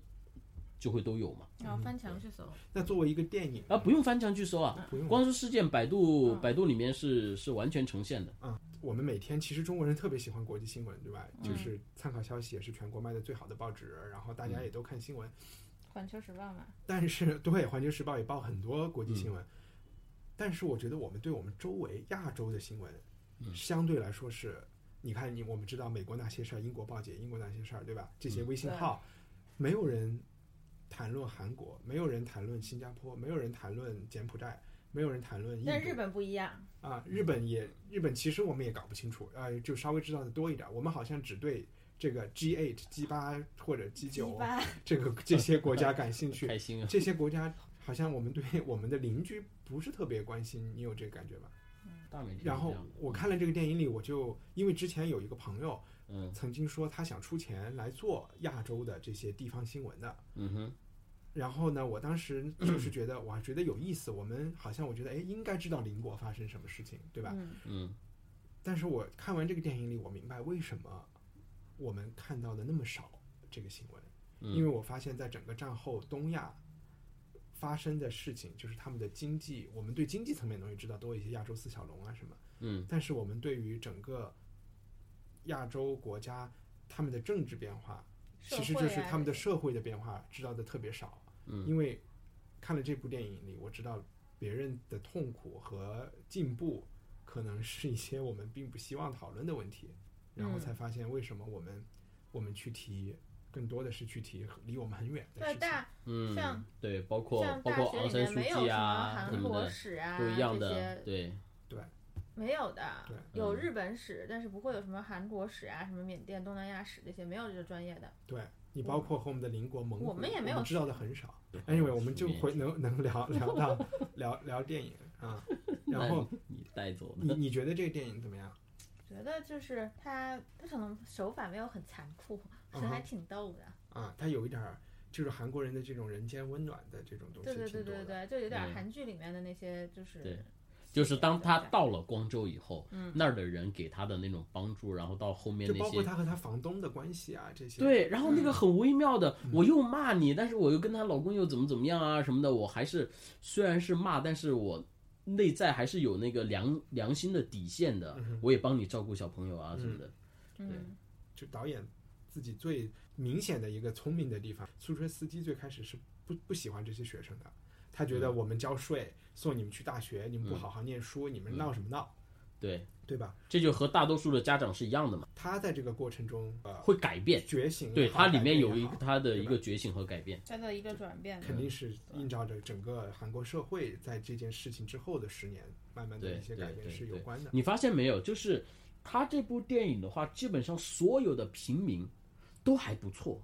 就会都有嘛。然哦嗯后翻墙去搜，那作为一个电影啊，不用翻墙去搜啊不用，嗯光州事件百度百度里面是是完全呈现的。我们每天其实中国人特别喜欢国际新闻，对吧？嗯就是参考消息也是全国卖的最好的报纸，然后大嗯家也都看新闻。环球时报嘛，但是对《环球时报》也报很多国际新闻，但是我觉得我们对我们周围亚洲的新闻，相对来说是，你看你我们知道美国那些事儿，英国报姐，英国那些事儿，对吧？这些微信号，没有人谈论韩国，没有人谈论新加坡，没有人谈论柬埔寨，没有人谈论印但日度本不一样，啊，日本也日本其实我们也搞不清楚，呃，就稍微知道的多一点儿，我们好像只对。这个 G 8 G 八或者 G 鸡九，巴这个这些国家感兴 趣，开心啊！这些国家好像我们对 我们的邻居不是特别关心，你有这个感觉吗？大美然后我看了这个电影里，我就因为之前有一个朋友嗯曾经说他想出钱来做亚洲的这些地方新闻的，嗯哼，然后呢，我当时就是觉得我还觉得有意思，我们好像我觉得哎应该知道邻国发生什么事情，对吧？嗯，但是我看完这个电影里，我明白为什么我们看到的那么少这个新闻，嗯因为我发现，在整个战后东亚发生的事情，就是他们的经济，我们对经济层面的东西知道多一些，亚洲四小龙啊什么，嗯，但是我们对于整个亚洲国家他们的政治变化，其实啊就是他们的社啊社会的变化知道的特别少，嗯因为看了这部电影里，我知道别人的痛苦和进步，可能是一些我们并不希望讨论的问题，然嗯后才发现为什么我们我们去提，更多的是去提离我们很远会的啊事对情。大嗯，像对，包括像包大括学昂里山面素没有季什么啊什韩么国的，史啊不一样的这，些对，没有的对，有嗯日本史，但是不会有什么韩国史啊、什么缅甸、东南亚史这些，没有这个专业的。对你包括和我们的邻国蒙古，我们也没有知道的很少。Anyway，我们就回能能聊聊到聊聊电影啊，然后那你带走你了，你觉得这个电影怎么样？觉得就是他，他可能手法没有很残酷，嗯可哼是还挺逗的。啊，它有一点儿就是韩国人的这种人间温暖的这种东西对对对挺多对的。对，就有点嗯韩剧里面的那些，就是对就是当他他到了光州以后，那儿的人给他的那种帮助，然后到后面就那包括些。他和他房东的关系啊，这些。对，然后那个很微妙的，嗯我又骂你，但是我又跟她老公又怎么怎么样啊什么的，我还是虽然是骂，但是我内在还是有那个良良心的底线的，嗯我也帮你照顾小朋友啊什么的，嗯，就导演自己最明显的一个聪明的地方，出租车司机最开始是不不喜欢这些学生的，他觉嗯得我们交税送你们去大学，你们不好好念书，你嗯们闹什么闹，对，对吧？这就和大多数的家长是一样的嘛，他在这个过程中呃会改变，觉醒也好，对，它里改变面有也一好个嗯它的对一吧个觉醒和改变，他的一个转变，肯定是映照着整个韩国社会在这件事情之后的十年，慢慢的对一些对改变对是有对关的。你发现没有？就是他这部电影的话，基本上所有的平民都还不错，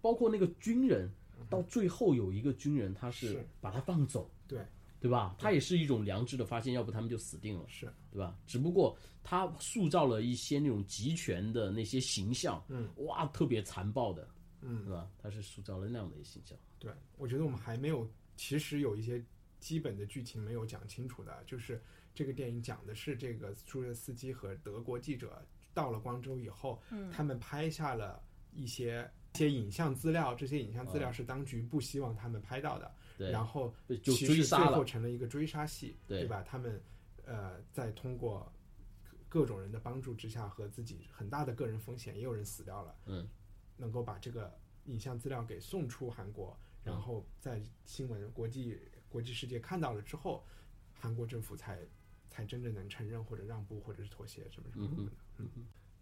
包括那个军人，到最后有一个军人他是是把他放走，对，对吧？他也是一种良知的发现，要不他们就死定了，是对吧？只不过他塑造了一些那种集权的那些形象，嗯，哇，特别残暴的，嗯，对吧？他是塑造了那样的一个形象，对，我觉得我们还没有，其实有一些基本的剧情没有讲清楚的，就是这个电影讲的是这个出租车司机和德国记者到了光州以后，他们拍下了一些一些影像资料，这些影像资料是当局不希望他们拍到的。对然后就其追实杀最了后成了一个追杀戏，对吧？他们呃，在通过各种人的帮助之下，和自己很大的个人风险，也有人死掉了，嗯，能够把这个影像资料给送出韩国，然嗯后在新闻国际国际世界看到了之后，韩国政府才才真正能承认或者让步或者是妥协什么什么什么的。嗯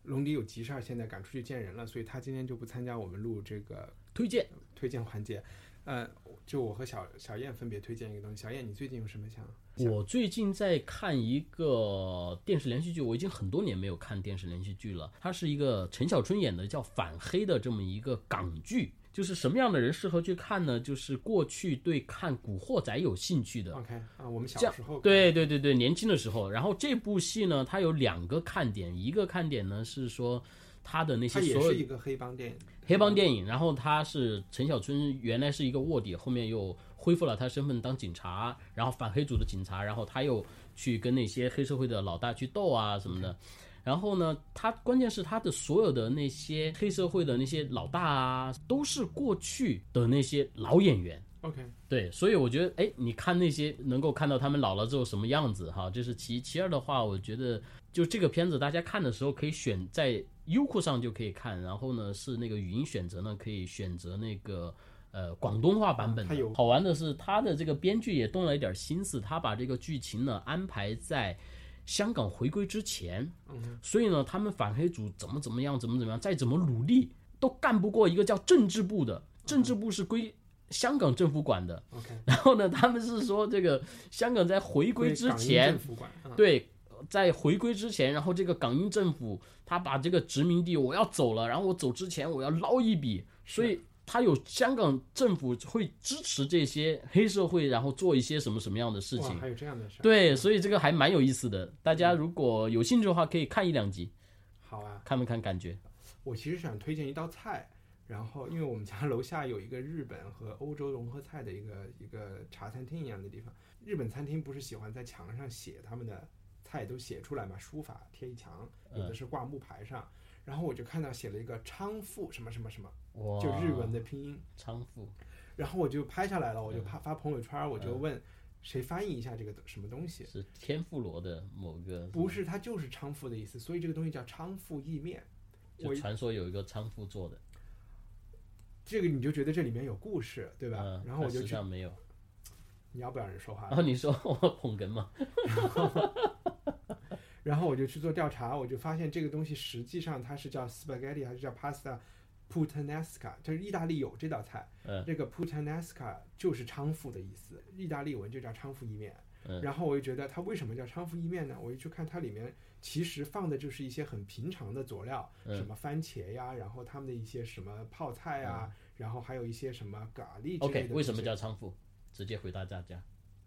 龙迪有急事儿，现在赶出去见人了，所以他今天就不参加我们录这个推荐推荐环节。呃，就我和小小燕分别推荐一个东西。小燕，你最近有什么想？想我最近在看一个电视连续剧，我已经很多年没有看电视连续剧了。它是一个陈小春演的叫《反黑》的这么一个港剧。就是什么样的人适合去看呢？就是过去对看《古惑仔》有兴趣的， OK 啊，我们小这样时候对对对对，年轻的时候。然后这部戏呢，它有两个看点，一个看点呢是说它的那它些也所有是一个黑帮电影。黑帮电影，然后他是陈小春原来是一个卧底，后面又恢复了他身份当警察，然后反黑组的警察，然后他又去跟那些黑社会的老大去斗啊什么的。然后呢，他关键是他的所有的那些黑社会的那些老大啊，都是过去的那些老演员。 OK，对，所以我觉得，哎，你看那些能够看到他们老了之后什么样子哈，这是其一。其二的话，我觉得就这个片子，大家看的时候可以选在优酷上就可以看，然后呢是那个语音选择呢可以选择那个呃广东话版本它有的。好玩的是，他的这个编剧也动了一点心思，他把这个剧情呢安排在香港回归之前，嗯所以呢，他们反黑组怎么怎么样，怎么怎么样，再怎么努力，都干不过一个叫政治部的。政治部是归香港政府管的。 OK 然后呢，他们是说这个香港在回归之港英前政，府管啊，对，在回归之前，然后这个港英政府他把这个殖民地我要走了，然后我走之前我要捞一笔，所以他有香港政府会支持这些黑社会，然后做一些什么什么样的事哇，情还。有嗯这样的事儿。，对，所以这个还蛮有意思的，大家如果有兴趣的话，可以看一两集，好啊，看没看感觉？我其实想推荐一道菜，然后因为我们家 楼下有一个日本和欧洲融合菜的一个一个茶餐厅一样的地方。日本餐厅不是喜欢在墙上写他们的菜都写出来嘛，书法贴一墙，有嗯的是挂木牌上。然后我就看到写了一个昌富什么什么什么，哇就日文的拼音，仓库，然后我就拍下来了，我就发发朋友圈，我就问谁翻译一下这个什么东西。是天妇罗的某个，不是，它就是昌富的意思，所以这个东西叫昌富意面。就我传说有一个仓库做的，这个你就觉得这里面有故事，对吧？嗯，然后我但就实际去上没有。你要不要人说 话然？后哦你说我捧哏嘛，然后我就去做调查，我就发现这个东西实际上它是叫 spaghetti 还是叫 pasta puttanesca，就是意大利有这道菜，嗯这个 puttanesca 就是昌富的意思，意大利文就叫昌富意面。嗯然后我就觉得它为什么叫昌富意面呢？我一去看它里面其实放的就是一些很平常的佐料，嗯什么番茄呀，然后他们的一些什么泡菜啊，然后还有一些什么咖喱之类的嗯 OK，东西。为什么叫仓库？直接回答大家。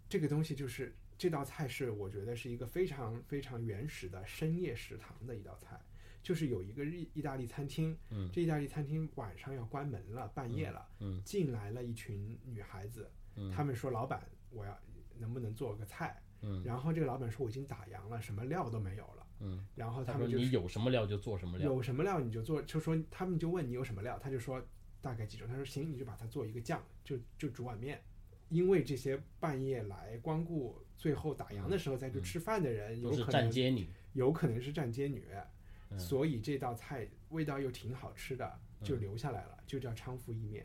这个东西就是这道菜是我觉得是一个非常非常原始的深夜食堂的一道菜，就是有一个日意大利餐厅，嗯，这意大利餐厅晚上要关门了，半夜了，嗯进来了一群女孩子，嗯，他们说老板，我要能不能做个菜，嗯，然后这个老板说我已经打烊了，什么料都没有了，嗯，然后他他说们就你有什么料就做什么料。有什么料你就做，就说他们就问你有什么料，他就说大概几种，他说行，你就把它做一个酱，就就煮碗面。因为这些半夜来光顾，最后打烊的时候再去吃饭的人，有嗯都是可站能街嗯你，有可能是站街女，所以这道菜味道又挺好吃的，就嗯留下来了，就叫昌富意面，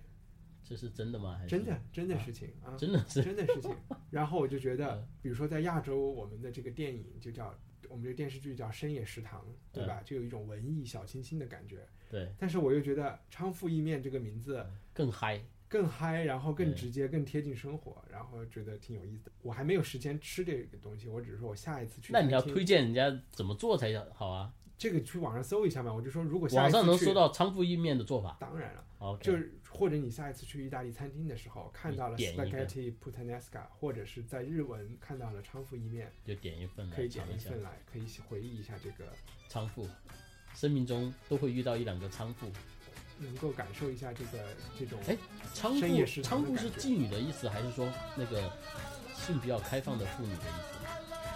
这是真的吗？还是真的真的事情啊，真嗯的是真的事 情。然后我就觉得，比如说在亚洲，我们的这个电影就叫我们这个电视剧叫《深夜食堂》，嗯对吧？就有一种文艺小清新的感觉。对但是我又觉得“昌富意面”这个名字更嗨。更嗨，然后更嗯对直接，更贴近生活，然后觉得挺有意思的。我还没有时间吃这个东西，我只是说我下一次去那餐厅。你要推荐人家怎么做才好啊？这个去网上搜一下嘛，我就说如果下网一次上能去搜，到仓库意面的做法。当然了， OK，就是或者你下一次去意大利餐厅的时候看到了点一个 spaghetti puttanesca，或者是在日文看到了昌富意面，就点一份可来以点尝一哎一下份。来，可以回忆一下这个，仓库，生命中都会遇到一两个仓库。能够感受一下这个这种。哎，仓深夜库食堂仓的库是感觉妓女的意思，还是说那个性比较开放的妇女的意思？